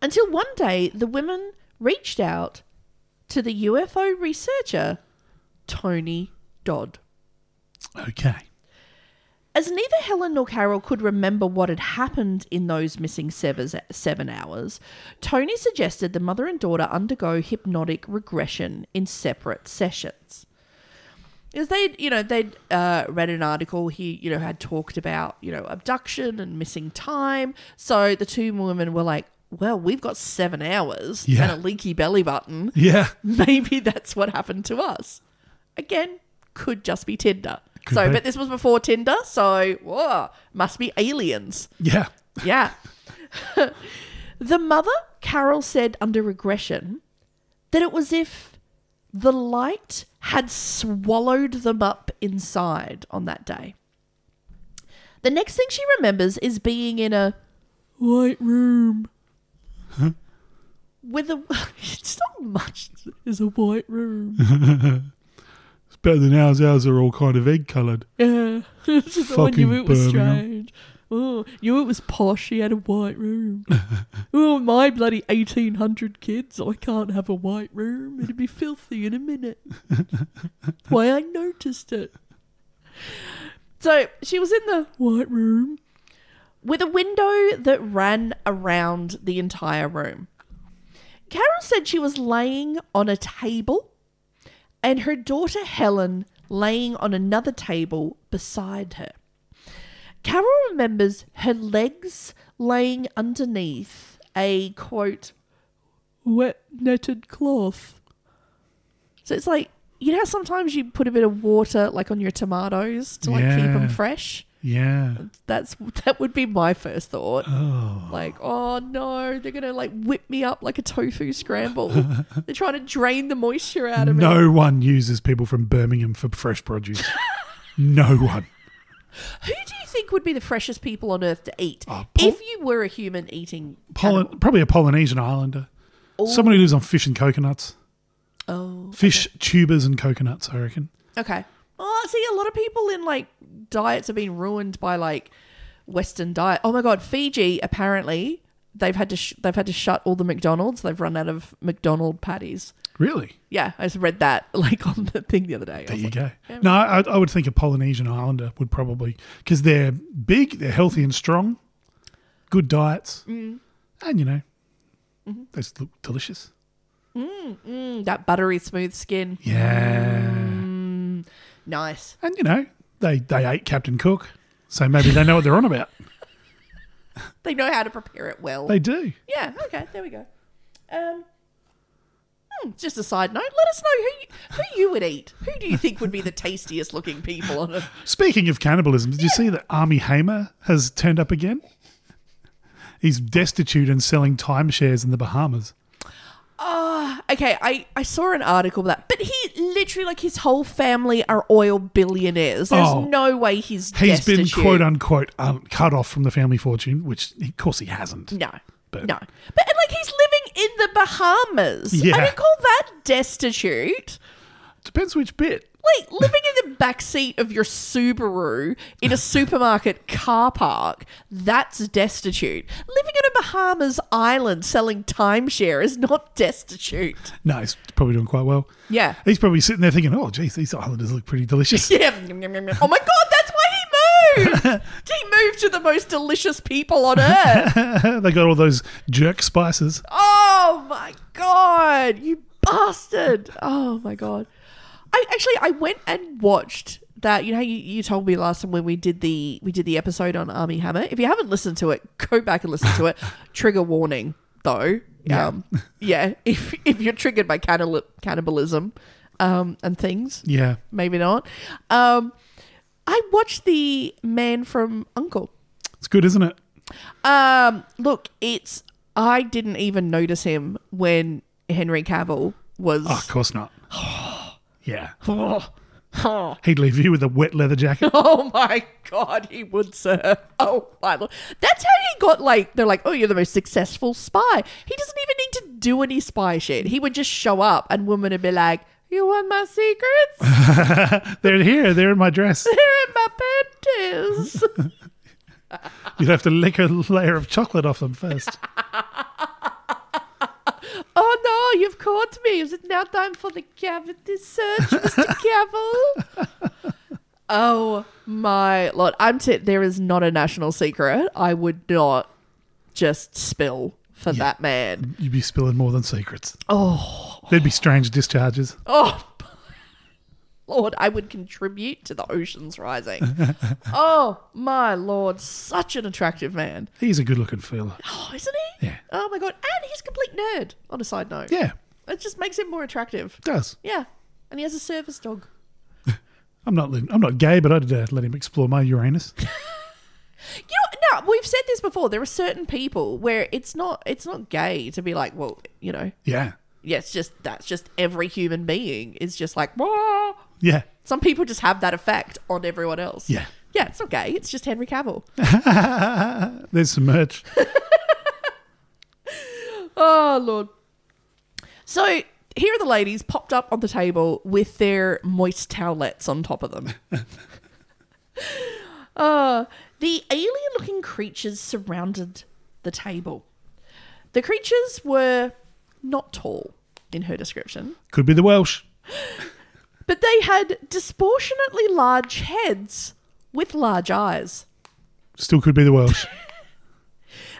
Speaker 3: Until one day, the women reached out to the UFO researcher, Tony Dodd.
Speaker 2: Okay.
Speaker 3: As neither Helen nor Carol could remember what had happened in those missing severs- seven hours, Tony suggested the mother and daughter undergo hypnotic regression in separate sessions. Is they, you know, they'd uh, read an article. He, you know, had talked about, you know, abduction and missing time. So the two women were like, "Well, we've got seven hours
Speaker 2: Yeah.
Speaker 3: and a leaky belly button.
Speaker 2: Yeah.
Speaker 3: *laughs* Maybe that's what happened to us." Again, could just be Tinder.
Speaker 2: Could
Speaker 3: so,
Speaker 2: be.
Speaker 3: but this was before Tinder. So, whoa, must be aliens.
Speaker 2: Yeah.
Speaker 3: Yeah. *laughs* the mother, Carol, said under regression that it was if the light had swallowed them up inside on that day. The next thing she remembers is being in a white room. With a. *laughs* It's not much. It's a white room.
Speaker 2: It's better than ours. Ours are all kind of egg coloured.
Speaker 3: Yeah. this is *laughs* the one
Speaker 2: Fucking
Speaker 3: knew it was
Speaker 2: Birmingham.
Speaker 3: strange. Oh, knew it was posh. He had a white
Speaker 2: *laughs*
Speaker 3: room. oh, my bloody 1800 kids. I can't have a white room. It'd be filthy in
Speaker 2: *laughs*
Speaker 3: a minute. That's why I noticed it. So she was in the white room with a window that ran around the entire room. Carol said she was laying on a table and her daughter Helen laying on another table beside her. Carol remembers her legs laying underneath a quote, wet netted cloth. So it's like, you know, how sometimes you put a bit of water like on your tomatoes to like keep
Speaker 2: Yeah.
Speaker 3: them fresh?
Speaker 2: Yeah.
Speaker 3: That's that would be my first thought. Like, oh no, they're gonna like whip me up like a
Speaker 2: *laughs*
Speaker 3: tofu scramble. they're trying to drain the moisture out of me.
Speaker 2: No one uses people from Birmingham for fresh *laughs* produce. no one.
Speaker 3: Who do you think would be the freshest people on earth to eat
Speaker 2: Oh, Pol-
Speaker 3: if you were a human eating?
Speaker 2: Poly-
Speaker 3: animal?
Speaker 2: probably a Polynesian islander. Someone who lives on fish and coconuts.
Speaker 3: Oh,
Speaker 2: Fish, tubers, and coconuts, I reckon.
Speaker 3: okay. Oh, see, a lot of people in like diets have been ruined by like Western diet. Oh my God, Fiji apparently they've had to sh- they've had to shut all the McDonald's. They've run out of McDonald patties.
Speaker 2: Really?
Speaker 3: Yeah, I just read that *laughs* like on the thing the other day. I
Speaker 2: There
Speaker 3: was
Speaker 2: you
Speaker 3: like,
Speaker 2: go. No, I, I would think a Polynesian islander would probably, because they're big, they're healthy and strong, good diets, and you know, they just look delicious.
Speaker 3: "Mm, that buttery smooth skin,
Speaker 2: Yeah.
Speaker 3: nice.
Speaker 2: And you know, they, they ate Captain Cook, so maybe they know what they're on about.
Speaker 3: They know how to prepare it well.
Speaker 2: They do.
Speaker 3: Yeah, okay, there we go. Um, hmm, just a side note, let us know who you, who you would eat. Who do you think would
Speaker 2: *laughs*
Speaker 3: be the tastiest looking people on a
Speaker 2: Speaking of cannibalism, did you see that Army Hamer has turned up again? He's destitute and selling timeshares in the Bahamas.
Speaker 3: Okay, I, I saw an article about but he literally like his whole family are oil billionaires. There's
Speaker 2: Oh.
Speaker 3: no way he's
Speaker 2: He's been
Speaker 3: destitute.
Speaker 2: quote unquote um, cut off from the family fortune, which of course he hasn't.
Speaker 3: No.
Speaker 2: But-
Speaker 3: no. But and like he's living in the Bahamas. I
Speaker 2: Yeah.
Speaker 3: don't call that destitute.
Speaker 2: Depends which bit.
Speaker 3: Like living in the backseat of your Subaru in a supermarket car park, that's destitute. Living on a Bahamas island selling timeshare is not destitute. *laughs*
Speaker 2: No, he's probably doing quite well.
Speaker 3: Yeah.
Speaker 2: He's probably sitting there thinking, oh, geez, these islanders look pretty delicious.
Speaker 3: Yeah. Oh my god, that's why he
Speaker 2: *laughs*
Speaker 3: moved. he moved to the most delicious people on earth.
Speaker 2: they got all those jerk spices.
Speaker 3: Oh my god, you bastard. Oh my god. I actually I went and watched that you know how you, you told me last time when we did the we did the episode on Army Hammer. If you haven't listened to it, go back and listen to it. Trigger warning though. Yeah. Um yeah, *laughs* if if you're triggered by cannibal- cannibalism um and things
Speaker 2: Yeah.
Speaker 3: maybe not. Um, I watched the Man from Uncle.
Speaker 2: It's good, isn't it?
Speaker 3: Um, look, it's I didn't even notice him when Henry Cavill was.
Speaker 2: Oh, of course
Speaker 3: *sighs*
Speaker 2: not. yeah. He'd leave you with a wet leather jacket.
Speaker 3: *laughs* Oh my god, he would, sir. Oh my lord, that's how he got like they're like, oh, you're the most successful spy. He doesn't even need to do any spy shit. He would just show up, and women would be like, "You want my secrets? They're
Speaker 2: they're here. They're in my dress.
Speaker 3: in my panties." *laughs*
Speaker 2: You'd have to lick a *laughs* layer of chocolate off them first.
Speaker 3: Oh no, you've caught me. Is it now time for the cavity
Speaker 2: *laughs*
Speaker 3: search, Mr. Cavill? oh my lord. I'm t- there is not a national secret. I would not just spill for that man.
Speaker 2: *laughs* You'd be spilling more than secrets. Oh. There'd be strange discharges.
Speaker 3: Oh *laughs* Lord, I would contribute to the
Speaker 2: *laughs*
Speaker 3: oceans rising. oh my lord, such an attractive man.
Speaker 2: He's a good looking fella.
Speaker 3: Oh, isn't he?
Speaker 2: Yeah.
Speaker 3: Oh my god. And he's a complete nerd, on a side note.
Speaker 2: Yeah,
Speaker 3: It just makes him more attractive.
Speaker 2: does.
Speaker 3: Yeah. And he has a service dog.
Speaker 2: I'm not I'm not gay, but I'd uh, let him explore my Uranus.
Speaker 3: You know, no, we've said this before. There are certain people where it's not it's not gay to be like, well, you know,
Speaker 2: Yeah.
Speaker 3: yeah, it's just that's just every human being is just like, Wah!
Speaker 2: Yeah.
Speaker 3: some people just have that effect on everyone else.
Speaker 2: Yeah.
Speaker 3: yeah, it's not gay. It's just Henry Cavill.
Speaker 2: There's some merch.
Speaker 3: oh lord. So here are the ladies popped up on the table with their moist towelettes on top of them. Uh, the alien looking creatures surrounded the table. The creatures were not tall in her description,
Speaker 2: Could be the Welsh.
Speaker 3: but they had disproportionately large heads with large eyes.
Speaker 2: Still could be the Welsh.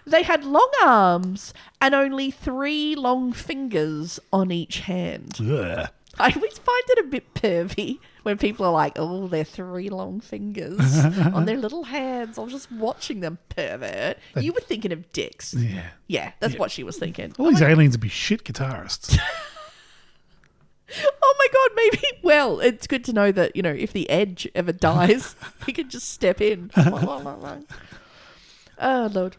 Speaker 3: They had long arms and only three long fingers on each hand.
Speaker 2: *laughs* Ugh.
Speaker 3: I always find it a bit pervy when people are like, oh, they're three long fingers on their little hands. I was just watching them, pervert. You were thinking of dicks.
Speaker 2: Yeah.
Speaker 3: Yeah, that's what she was thinking.
Speaker 2: All these aliens would be shit *laughs* guitarists.
Speaker 3: Oh my god, maybe. *laughs* Well, it's good to know that you know if the Edge ever dies, he can just step in. oh lord.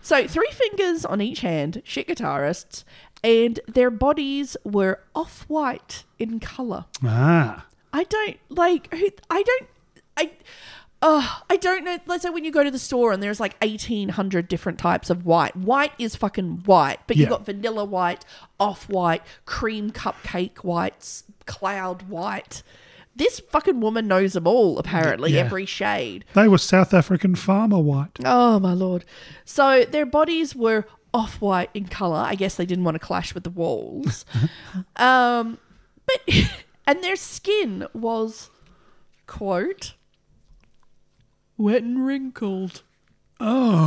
Speaker 3: So three fingers on each hand, shit guitarists, and their bodies were off-white in color.
Speaker 2: ah.
Speaker 3: I don't like. who- I don't. I. Uh, I don't know. Let's say when you go to the store and there's like 1,800 different types of white. White is fucking white, but
Speaker 2: Yeah.
Speaker 3: you've got vanilla white, off white, cream cupcake whites, cloud white. This fucking woman knows them all, apparently,
Speaker 2: Yeah.
Speaker 3: every shade.
Speaker 2: They were South African farmer white.
Speaker 3: Oh, my lord. So their bodies were off white in color. I guess they didn't want to clash with the walls. um, but, *laughs* and their skin was, quote, wet and wrinkled.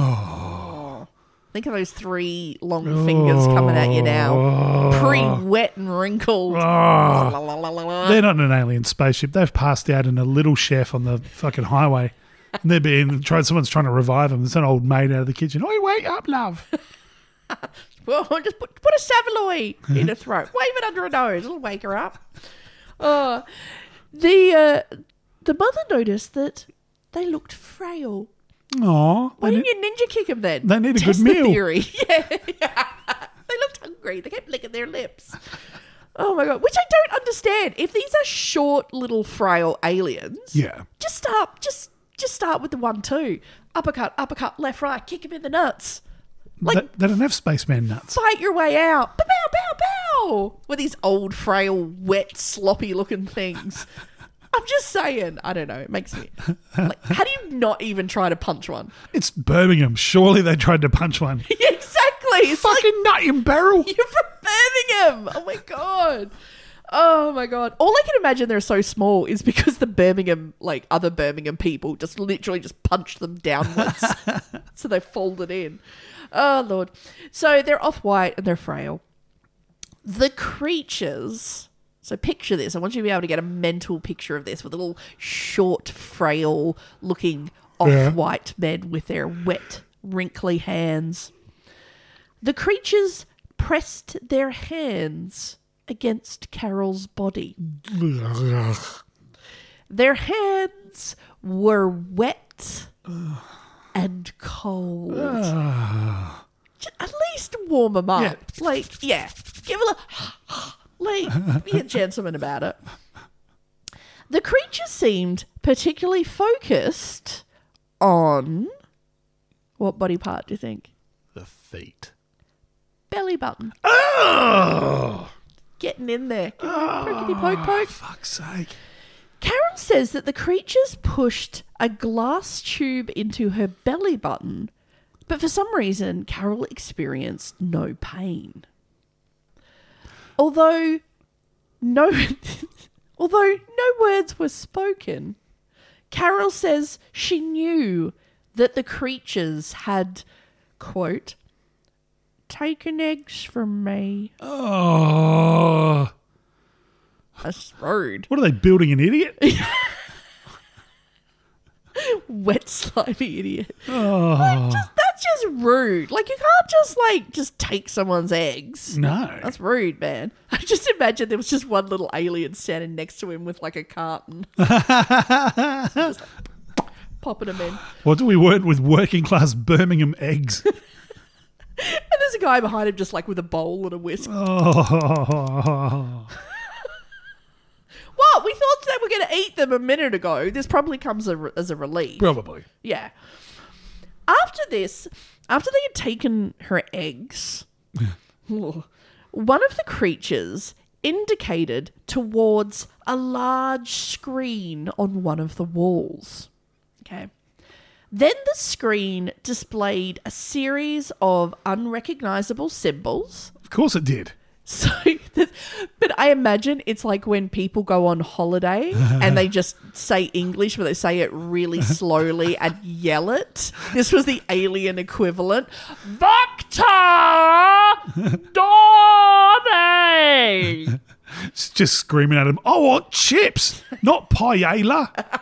Speaker 3: Oh. Think of those three long fingers coming at you now. Pre wet and wrinkled. La, la, la, la, la.
Speaker 2: They're not in an alien spaceship. They've passed out in a little chef on the fucking highway. And they're being tried. Someone's trying to revive them. There's an old maid out of the kitchen. Oi, wake up, love.
Speaker 3: Well, *laughs* just put, put a saveloy in
Speaker 2: *laughs*
Speaker 3: her throat. Wave it under her nose. It'll wake her up. Uh, the uh, the mother noticed that they looked frail.
Speaker 2: Aw.
Speaker 3: Why
Speaker 2: they
Speaker 3: didn't you ninja kick them then?
Speaker 2: they need a
Speaker 3: Test *laughs*
Speaker 2: good
Speaker 3: the
Speaker 2: meal.
Speaker 3: theory. Yeah. they looked hungry. They kept licking their lips. Oh my god, which I don't understand. If these are short, little, frail aliens,
Speaker 2: Yeah.
Speaker 3: just start, just just start with the one two uppercut, uppercut, left, right, kick him in the nuts, Like-
Speaker 2: They- they don't have spaceman nuts.
Speaker 3: fight your way out, bow, bow, bow, bow, with these old, frail, wet, sloppy-looking things. I'm just saying, I don't know. It makes me like, how do you not even try to punch one?
Speaker 2: It's Birmingham. Surely they tried to punch
Speaker 3: *laughs*
Speaker 2: one.
Speaker 3: Yeah, exactly. It's like-
Speaker 2: Fucking nut in barrel.
Speaker 3: *laughs* You're from Birmingham. Oh my god. Oh my god. All I can imagine they're so small is because the Birmingham, like other Birmingham people, just literally just punched them downwards.
Speaker 2: *laughs*
Speaker 3: so they folded in. Oh lord. So they're off white and they're frail. The creatures. So picture this. I want you to be able to get a mental picture of this with a little short, frail looking off white men with their wet, wrinkly hands. The creatures pressed their hands against Carol's body. Their hands were wet and cold. J- At least warm them up.
Speaker 2: Yeah.
Speaker 3: Like, yeah, give a little, *gasps* like, be a gentleman about it. The creature seemed particularly focused on what body part do you think?
Speaker 2: The feet.
Speaker 3: Belly button.
Speaker 2: Oh,
Speaker 3: getting in there. Pokey poke poke.
Speaker 2: fuck's sake.
Speaker 3: Karen says that the creatures pushed a glass tube into her belly button, but for some reason, Carol experienced no pain. Although no *laughs* although no words were spoken, Carol says she knew that the creatures had quote taken eggs from me.
Speaker 2: Oh.
Speaker 3: That's rude.
Speaker 2: What are they building, an
Speaker 3: *laughs*
Speaker 2: idiot?
Speaker 3: wet *laughs* slimy idiot. Like, just, that's just rude. Like you can't just like just take someone's eggs.
Speaker 2: No.
Speaker 3: That's rude, man. *laughs* I just imagine there was just one little alien standing next to him with like a carton. Just, like, popping him in.
Speaker 2: What do we word with working class Birmingham eggs? *laughs*
Speaker 3: And there's a guy behind him just like with a bowl and a whisk.
Speaker 2: Oh.
Speaker 3: What? We thought that we are going to eat them a minute ago. This probably comes a, as a relief.
Speaker 2: Probably.
Speaker 3: Yeah. After this, after they had taken her eggs, one of the creatures indicated towards a large screen on one of the walls. Okay. Then the screen displayed a series of unrecognizable symbols.
Speaker 2: Of course it did.
Speaker 3: So, but I imagine it's like when people go on holiday and they just say English, but they say it really slowly and yell it. This was the alien equivalent. Victor Dorney!
Speaker 2: It's just screaming at him, I want chips, not paella.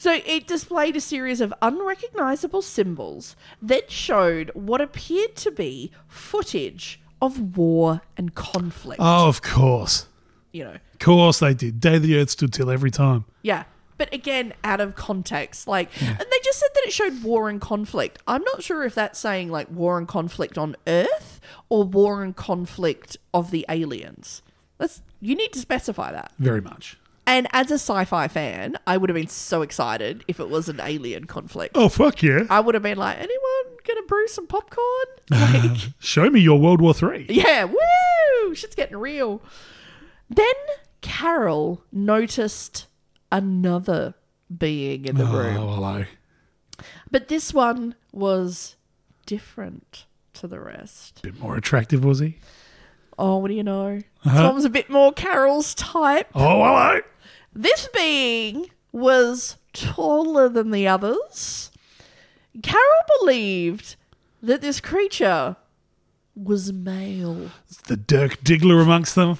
Speaker 3: So it displayed a series of unrecognizable symbols that showed what appeared to be footage of war and conflict.
Speaker 2: Oh, of course.
Speaker 3: you know,
Speaker 2: Of course they did. Day the Earth stood till every time.
Speaker 3: Yeah. But again, out of context. Like, and they just said that it showed war and conflict. I'm not sure if that's saying like war and conflict on Earth or war and conflict of the aliens. That's you need to specify that.
Speaker 2: Very much.
Speaker 3: And as a sci-fi fan, I would have been so excited if it was an alien conflict.
Speaker 2: Oh, fuck yeah.
Speaker 3: I would have been like, anyone gonna brew some popcorn? Like,
Speaker 2: Show me your World War Three.
Speaker 3: yeah, woo! Shit's getting real. Then Carol noticed another being in the room.
Speaker 2: Oh, hello.
Speaker 3: But this one was different to the rest.
Speaker 2: Bit more attractive, was he?
Speaker 3: Oh, what do you know? This one was a bit more Carol's type.
Speaker 2: Uh-huh. Oh, hello.
Speaker 3: This being was taller than the others. Carol believed that this creature was male.
Speaker 2: It's the Dirk Diggler amongst them.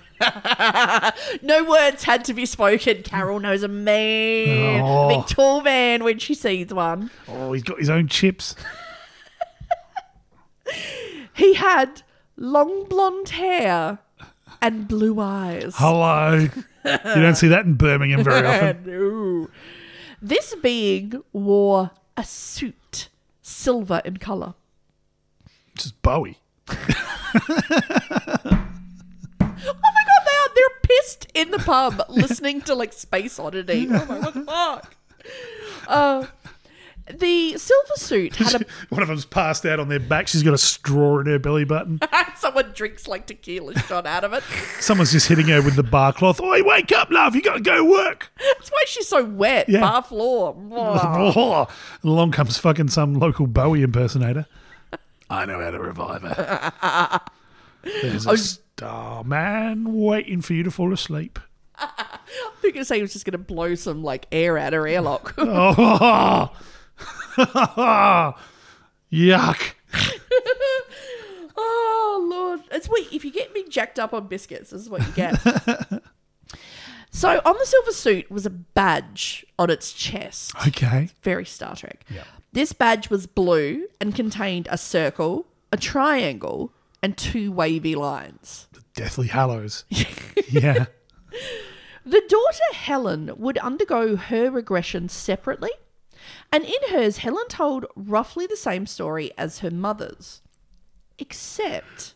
Speaker 3: No words had to be spoken. Carol knows a man, a
Speaker 2: Oh.
Speaker 3: big tall man when she sees one.
Speaker 2: Oh, he's got his own chips.
Speaker 3: He had long blonde hair and blue eyes.
Speaker 2: Hello. you don't see that in Birmingham very *laughs* often.
Speaker 3: *laughs* no. This being wore a suit, silver in color.
Speaker 2: Just Bowie.
Speaker 3: Oh my god, they are. They're pissed in the *laughs* pub listening to like Space Oddity. Oh my *laughs* what the fuck. Uh, the silver suit had
Speaker 2: *laughs* One of them's passed out on their back. She's got a straw in her belly button.
Speaker 3: a *laughs* someone drinks like tequila shot out of it.
Speaker 2: Someone's just hitting her with the bar cloth. Oi, wake up, love. You got to go work.
Speaker 3: That's why she's so wet.
Speaker 2: Yeah.
Speaker 3: Bar *laughs* floor. Mwah.
Speaker 2: And along comes fucking some local Bowie impersonator. I know how to revive her. There's a star man waiting for you to fall asleep. *laughs*
Speaker 3: You're gonna say he was just gonna blow some like air out her airlock.
Speaker 2: Oh, yuck.
Speaker 3: Oh lord, it's wait. If you get me jacked up on biscuits, this is what you get. so on the silver suit was a badge on its chest.
Speaker 2: Okay.
Speaker 3: Very Star Trek. This badge was blue and contained a circle, a triangle, and two wavy lines.
Speaker 2: Deathly Hallows. yeah.
Speaker 3: The daughter Helen would undergo her regression separately, and in hers, Helen told roughly the same story as her mother's, except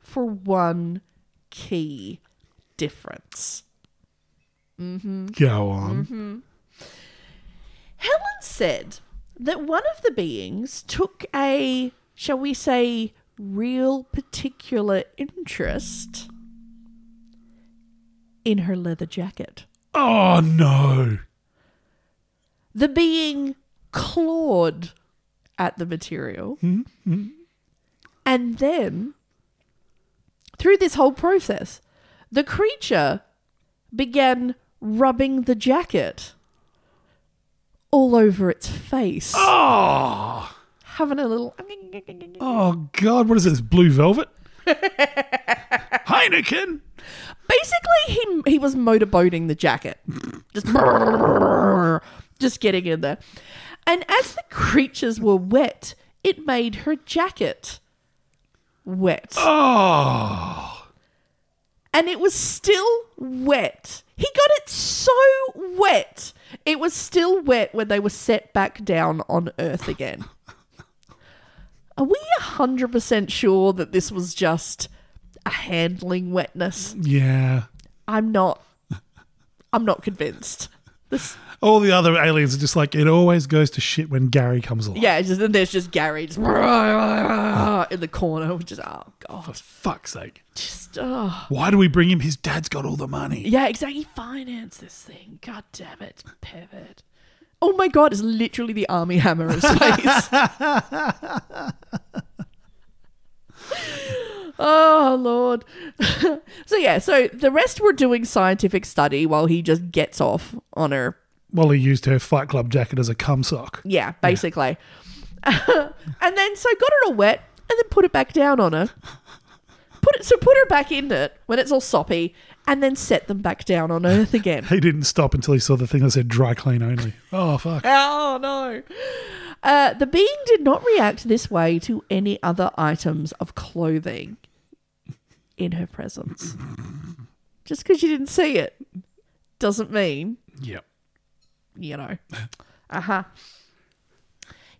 Speaker 3: for one key difference.
Speaker 2: Go on.
Speaker 3: Helen said that one of the beings took a, shall we say, real particular interest in her leather jacket.
Speaker 2: Oh, no.
Speaker 3: the being clawed at the material. And then, through this whole process, the creature began rubbing the jacket all over its face.
Speaker 2: Oh.
Speaker 3: Having a little.
Speaker 2: Oh, God. What is this? Blue Velvet? Heineken.
Speaker 3: Basically, he, he was motorboating the jacket. Just, just getting in there. And as the creatures were wet, it made her jacket wet.
Speaker 2: Oh.
Speaker 3: and it was still wet. He got it so wet. It was still wet when they were set back down on Earth again. Are we 100% sure that this was just a handling wetness?
Speaker 2: Yeah.
Speaker 3: I'm not. I'm not convinced. This,
Speaker 2: All the other aliens are just like, it always goes to shit when Gary comes along.
Speaker 3: yeah, it's just, and there's just Gary just *laughs* in the corner, which is oh
Speaker 2: For
Speaker 3: god,
Speaker 2: fuck's sake.
Speaker 3: just oh
Speaker 2: Why do we bring him? His dad's got all the money.
Speaker 3: yeah, exactly. Finance this thing, god damn it, pivot. Oh my god, it's literally the army hammer of space. *laughs* oh lord. *laughs* so yeah, so the rest were doing scientific study while he just gets off on her
Speaker 2: Well, he used her Fight Club jacket as a cum sock.
Speaker 3: Yeah, basically. *laughs* and then so got it all wet and then put it back down on her. Put it so put her back in it when it's all soppy and then set them back down on earth again.
Speaker 2: He didn't stop until he saw the thing that said dry clean only. Oh, fuck.
Speaker 3: oh no. Uh, the being did not react this way to any other items of clothing in her presence. Just because you didn't see it doesn't mean
Speaker 2: Yep.
Speaker 3: you know. Uh huh.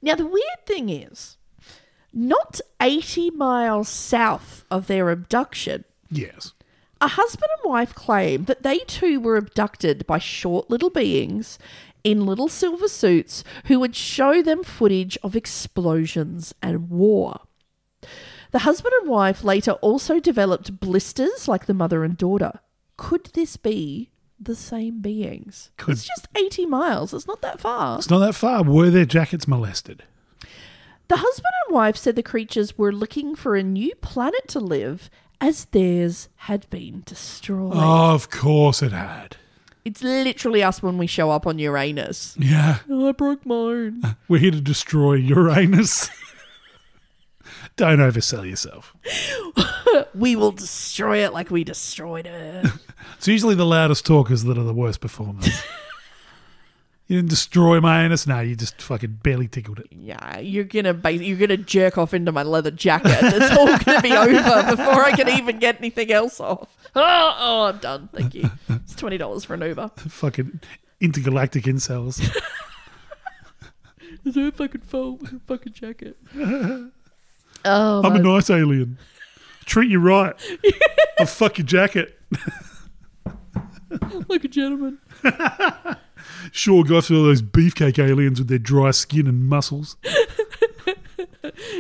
Speaker 3: Now, the weird thing is, not 80 miles south of their abduction,
Speaker 2: Yes.
Speaker 3: a husband and wife claim that they too were abducted by short little beings in little silver suits who would show them footage of explosions and war. The husband and wife later also developed blisters like the mother and daughter. Could this be the same beings?
Speaker 2: Could-
Speaker 3: It's just 80 miles. It's not that far.
Speaker 2: It's not that far. Were their jackets molested?
Speaker 3: The husband and wife said the creatures were looking for a new planet to live as theirs had been destroyed.
Speaker 2: of course it had.
Speaker 3: It's literally us when we show up on *laughs* Uranus.
Speaker 2: Yeah.
Speaker 3: I broke mine.
Speaker 2: We're here to destroy Uranus. *laughs* Don't oversell yourself.
Speaker 3: we will destroy it like we destroyed *laughs* Earth.
Speaker 2: It's usually the loudest talkers that are the worst performers. you didn't destroy my anus. No, you just fucking barely tickled
Speaker 3: *laughs*
Speaker 2: it.
Speaker 3: yeah, you're gonna bas- you're gonna jerk off into my leather jacket. It's all gonna be over before I can even get anything else off. *laughs* Oh, oh I'm done. Thank you. It's twenty dollars for an Uber.
Speaker 2: Fucking intergalactic incels.
Speaker 3: Is there a fucking phone with a fucking jacket? *laughs* Oh,
Speaker 2: I'm a nice alien. treat you right. I'll fuck your jacket.
Speaker 3: like a gentleman.
Speaker 2: Sure, guys, for all those beefcake aliens with their dry skin and muscles.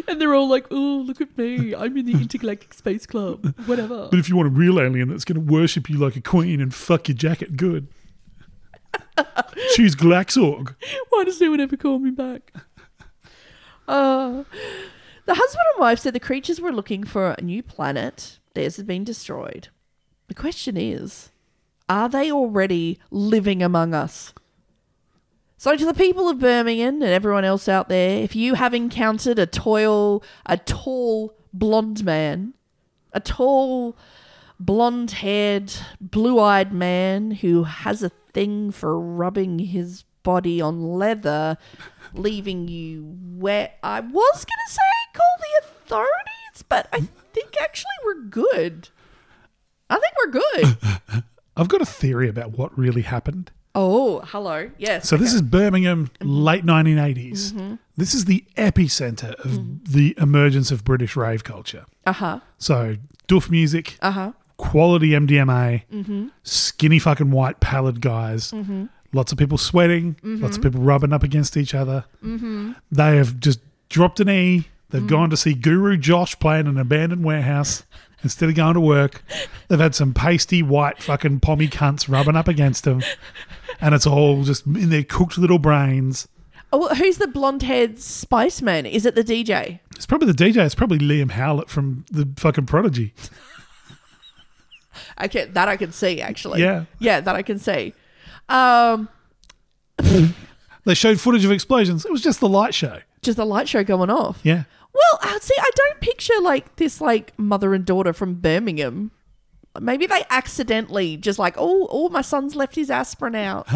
Speaker 3: And they're all like, oh, look at me. I'm in the Intergalactic Space Club. Whatever.
Speaker 2: But if you want a real alien that's going to worship you like a queen and fuck your jacket good, choose Glaxorg.
Speaker 3: *laughs* Why does no one ever call me back? *laughs* Uh, the husband and wife said the creatures were looking for a new planet. Theirs had been destroyed. The question is are they already living among us? So, to the people of Birmingham and everyone else out there, if you have encountered a toil, a tall blonde man, a tall blonde haired, blue eyed man who has a thing for rubbing his body on leather, leaving you wet. I was going to say call the authorities, but I think actually we're good. I think we're
Speaker 2: *laughs*
Speaker 3: good.
Speaker 2: I've got a theory about what really happened.
Speaker 3: oh, hello. Yes.
Speaker 2: So this is Birmingham, late 1980s. This is the epicenter of the emergence of British rave culture.
Speaker 3: Uh huh.
Speaker 2: So doof music,
Speaker 3: Uh huh.
Speaker 2: quality MDMA, skinny fucking white pallid guys, lots of people sweating, lots of people rubbing up against each other. They have just dropped an E. They've gone to see Guru Josh play in an abandoned warehouse instead of going to work. They've had some pasty white fucking pommy cunts rubbing up against them. And it's all just in their cooked little brains.
Speaker 3: Oh, who's the blonde haired spice man? Is it the DJ?
Speaker 2: It's probably the DJ. It's probably Liam Howlett from the fucking Prodigy.
Speaker 3: I can that I can see actually.
Speaker 2: Yeah.
Speaker 3: Yeah, that I can see. Um,
Speaker 2: They showed footage of explosions. It was just the light show.
Speaker 3: just the light show going off.
Speaker 2: Yeah.
Speaker 3: Well, I see, I don't picture like this like mother and daughter from Birmingham. Maybe they accidentally just like, oh, oh, my son's left his aspirin out.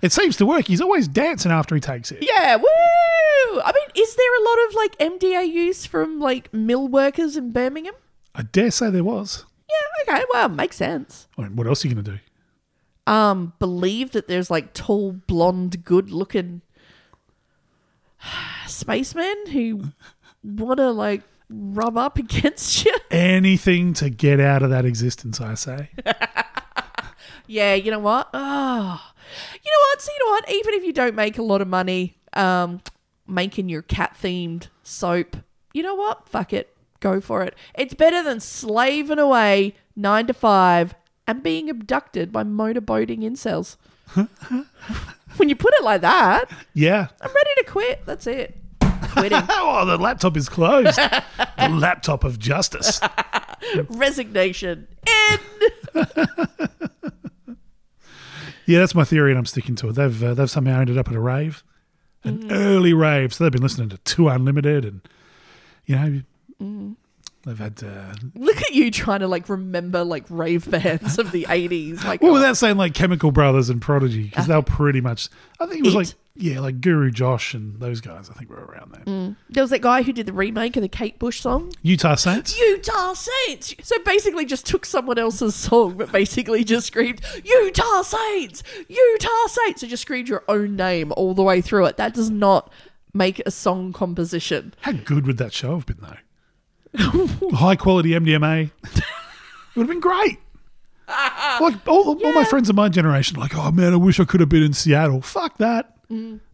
Speaker 2: It seems to work. He's always dancing after he takes it.
Speaker 3: yeah, woo! I mean, is there a lot of like MDA use from like mill workers in Birmingham?
Speaker 2: I dare say there was.
Speaker 3: Yeah, okay, well, makes sense.
Speaker 2: I mean, what else are you going to do?
Speaker 3: Um, believe that there's like tall, blonde, *sighs* good-looking spacemen who want to like rub up *laughs* against you.
Speaker 2: Anything to get out of that existence, I *laughs* say.
Speaker 3: Yeah, you know what? Oh, you know what? So you know what? Even if you don't make a lot of money, um, making your cat themed soap, you know what? Fuck it, go for it. It's better than slaving away nine to five and being abducted by motorboating incels. *laughs* when you put it like that,
Speaker 2: Yeah.
Speaker 3: I'm ready to quit. That's it. Quitting,
Speaker 2: Oh, the laptop is closed. *laughs* the laptop of justice.
Speaker 3: resignation, end.
Speaker 2: Yeah, that's my theory, and I'm sticking to it. They've uh, they've somehow ended up at a rave, an early rave. So they've been listening to Two Unlimited, and you know, Mm. they've had. Uh,
Speaker 3: Look at you trying to like remember like rave bands of the '80s. Like,
Speaker 2: well, without saying like Chemical Brothers and Prodigy, because they were pretty much. I think it was
Speaker 3: It.
Speaker 2: like yeah, like Guru Josh and those guys. I think were around there.
Speaker 3: There was that guy who did the remake of the Kate Bush song.
Speaker 2: Utah Saints.
Speaker 3: Utah Saints. So basically just took someone else's song, but basically just screamed, Utah Saints! Utah Saints! So just screamed your own name all the way through it. That does not make a song composition.
Speaker 2: How good would that show have been, though? High quality MDMA. it would have been great. Like all, all my friends of my generation, are like, oh man, I wish I could have been in Seattle. Fuck that.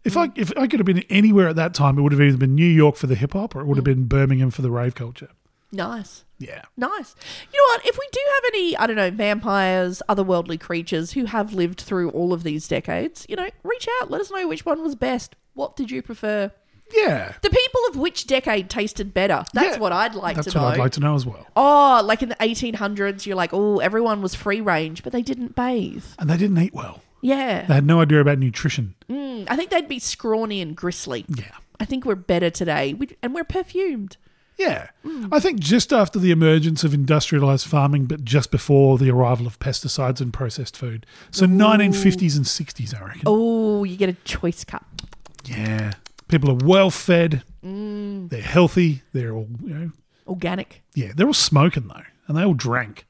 Speaker 2: If I if I could have been anywhere at that time, it would have either been New York for the hip hop or it would have been Birmingham for the rave culture.
Speaker 3: Nice.
Speaker 2: Mm. Yeah,
Speaker 3: Nice. You know what? If we do have any, I don't know, vampires, otherworldly creatures who have lived through all of these decades, you know, reach out. Let us know which one was best. What did you prefer?
Speaker 2: yeah.
Speaker 3: The people of which decade tasted better? That's
Speaker 2: Yeah.
Speaker 3: what I'd like
Speaker 2: That's
Speaker 3: to know.
Speaker 2: what I'd like to know as well.
Speaker 3: Oh, like in the 1800s, you're like, oh, everyone was free range, but they didn't bathe.
Speaker 2: And they didn't eat well. They
Speaker 3: Yeah.
Speaker 2: had no idea about nutrition.
Speaker 3: I think they'd be scrawny and gristly.
Speaker 2: Mm. Yeah.
Speaker 3: I think we're better today. We, and we're perfumed.
Speaker 2: Yeah.
Speaker 3: Hmm.
Speaker 2: I think just after the emergence of industrialized farming, but just before the arrival of pesticides and processed food. So 1950s and 60s, I reckon.
Speaker 3: Oh, you get a choice cup.
Speaker 2: Yeah. People are well fed.
Speaker 3: Mm.
Speaker 2: They're healthy. They're all, you know,
Speaker 3: Organic.
Speaker 2: yeah, they're all smoking, though, and they all drank.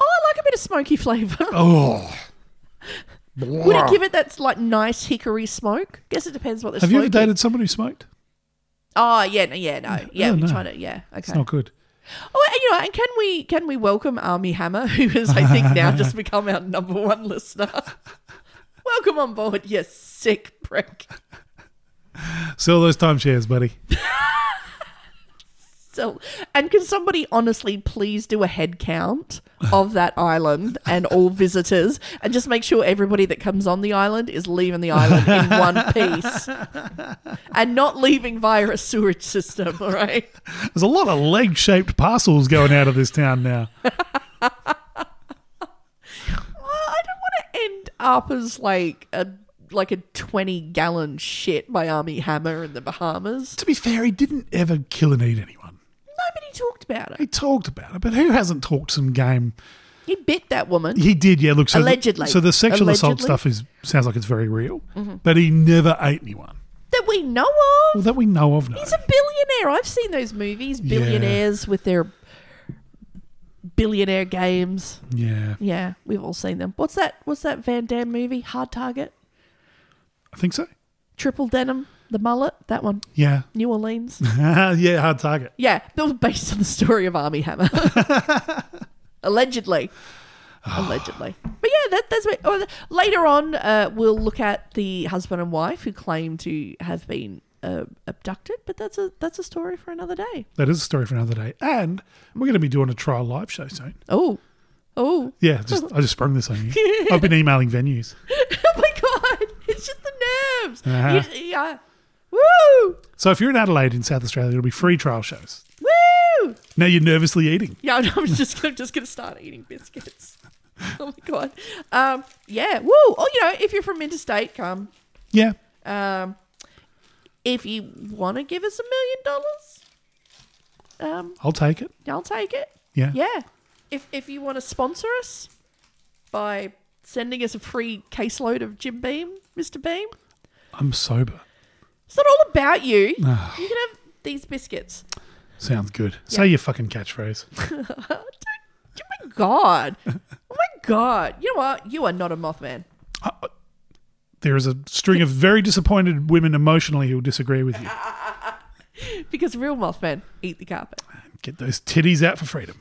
Speaker 3: Oh, I like a bit of smoky flavour.
Speaker 2: Oh.
Speaker 3: *laughs* Would it give it that like nice hickory smoke? Guess it depends what the
Speaker 2: Have
Speaker 3: smoke
Speaker 2: you ever
Speaker 3: is.
Speaker 2: dated someone who smoked?
Speaker 3: Oh yeah, no, yeah, no, yeah.
Speaker 2: Oh,
Speaker 3: we
Speaker 2: no.
Speaker 3: tried it. Yeah, okay.
Speaker 2: It's not good.
Speaker 3: Oh, and, you know, and can we can we welcome Army Hammer, who has I think now just become our number one listener? *laughs* welcome on board, you sick prick.
Speaker 2: Sell those timeshares, buddy.
Speaker 3: So, and can somebody honestly please do a head count of that island and all visitors, and just make sure everybody that comes on the island is leaving the island in one piece, and not leaving via a sewage system. All right.
Speaker 2: There's a lot of leg shaped parcels going out of this town now.
Speaker 3: Well, I don't want to end up as like a like a twenty gallon shit by Army Hammer in the Bahamas.
Speaker 2: to be fair, he didn't ever kill and eat anyone.
Speaker 3: Nobody talked about
Speaker 2: He
Speaker 3: it.
Speaker 2: talked about it, but who hasn't talked some game?
Speaker 3: He bit that woman.
Speaker 2: He did, yeah. Look, so
Speaker 3: Allegedly.
Speaker 2: the, so the sexual assault
Speaker 3: Allegedly. Mm-hmm.
Speaker 2: stuff is sounds like it's very real, but he never ate anyone
Speaker 3: that we know
Speaker 2: well,
Speaker 3: of.
Speaker 2: that we know of. No,
Speaker 3: He's a billionaire. I've seen those movies, billionaires with their billionaire games.
Speaker 2: yeah,
Speaker 3: Yeah, we've all seen them. What's that? What's that Van Damme movie? Hard Target,
Speaker 2: I think so.
Speaker 3: Triple Denim, the mullet, that one,
Speaker 2: Yeah, *laughs*
Speaker 3: New Orleans.
Speaker 2: yeah, hard target.
Speaker 3: Yeah, that was based on the story of Army
Speaker 2: *laughs*
Speaker 3: Hammer.
Speaker 2: *sighs*
Speaker 3: Allegedly. Allegedly. But yeah, that, that's what, oh, later on, uh, we'll look at the husband and wife who claim to have been uh, abducted, but that's a that's a story for another day.
Speaker 2: That is a story for another day, and we're going to be doing a trial live show soon.
Speaker 3: Oh, oh,
Speaker 2: Yeah, just I just sprung this on you. I've been emailing venues.
Speaker 3: *laughs* oh my god! It's just the nerves.
Speaker 2: Uh-huh.
Speaker 3: You- yeah, woo,
Speaker 2: So if you're in Adelaide in South Australia, it'll be free trial shows.
Speaker 3: woo.
Speaker 2: Now you're nervously eating.
Speaker 3: Yeah, *laughs* I know, I'm just I'm just gonna start eating biscuits. *laughs* Oh my god. Um, yeah, woo. Oh, you know, if you're from interstate, come.
Speaker 2: Yeah,
Speaker 3: Um, if you want to give us a million dollars, um,
Speaker 2: I'll take it.
Speaker 3: I'll take it.
Speaker 2: Yeah.
Speaker 3: Yeah. If if you want to sponsor us by sending us a free caseload of Jim Beam, Mr. Beam,
Speaker 2: I'm sober.
Speaker 3: it's not all about you. you can have these biscuits.
Speaker 2: Sounds good. Say your fucking catchphrase.
Speaker 3: Oh my god. oh my god. You know what? You are not a Mothman.
Speaker 2: There is a string of very disappointed women emotionally who will disagree with you.
Speaker 3: Because real Mothman eat the carpet.
Speaker 2: Get those titties out for freedom.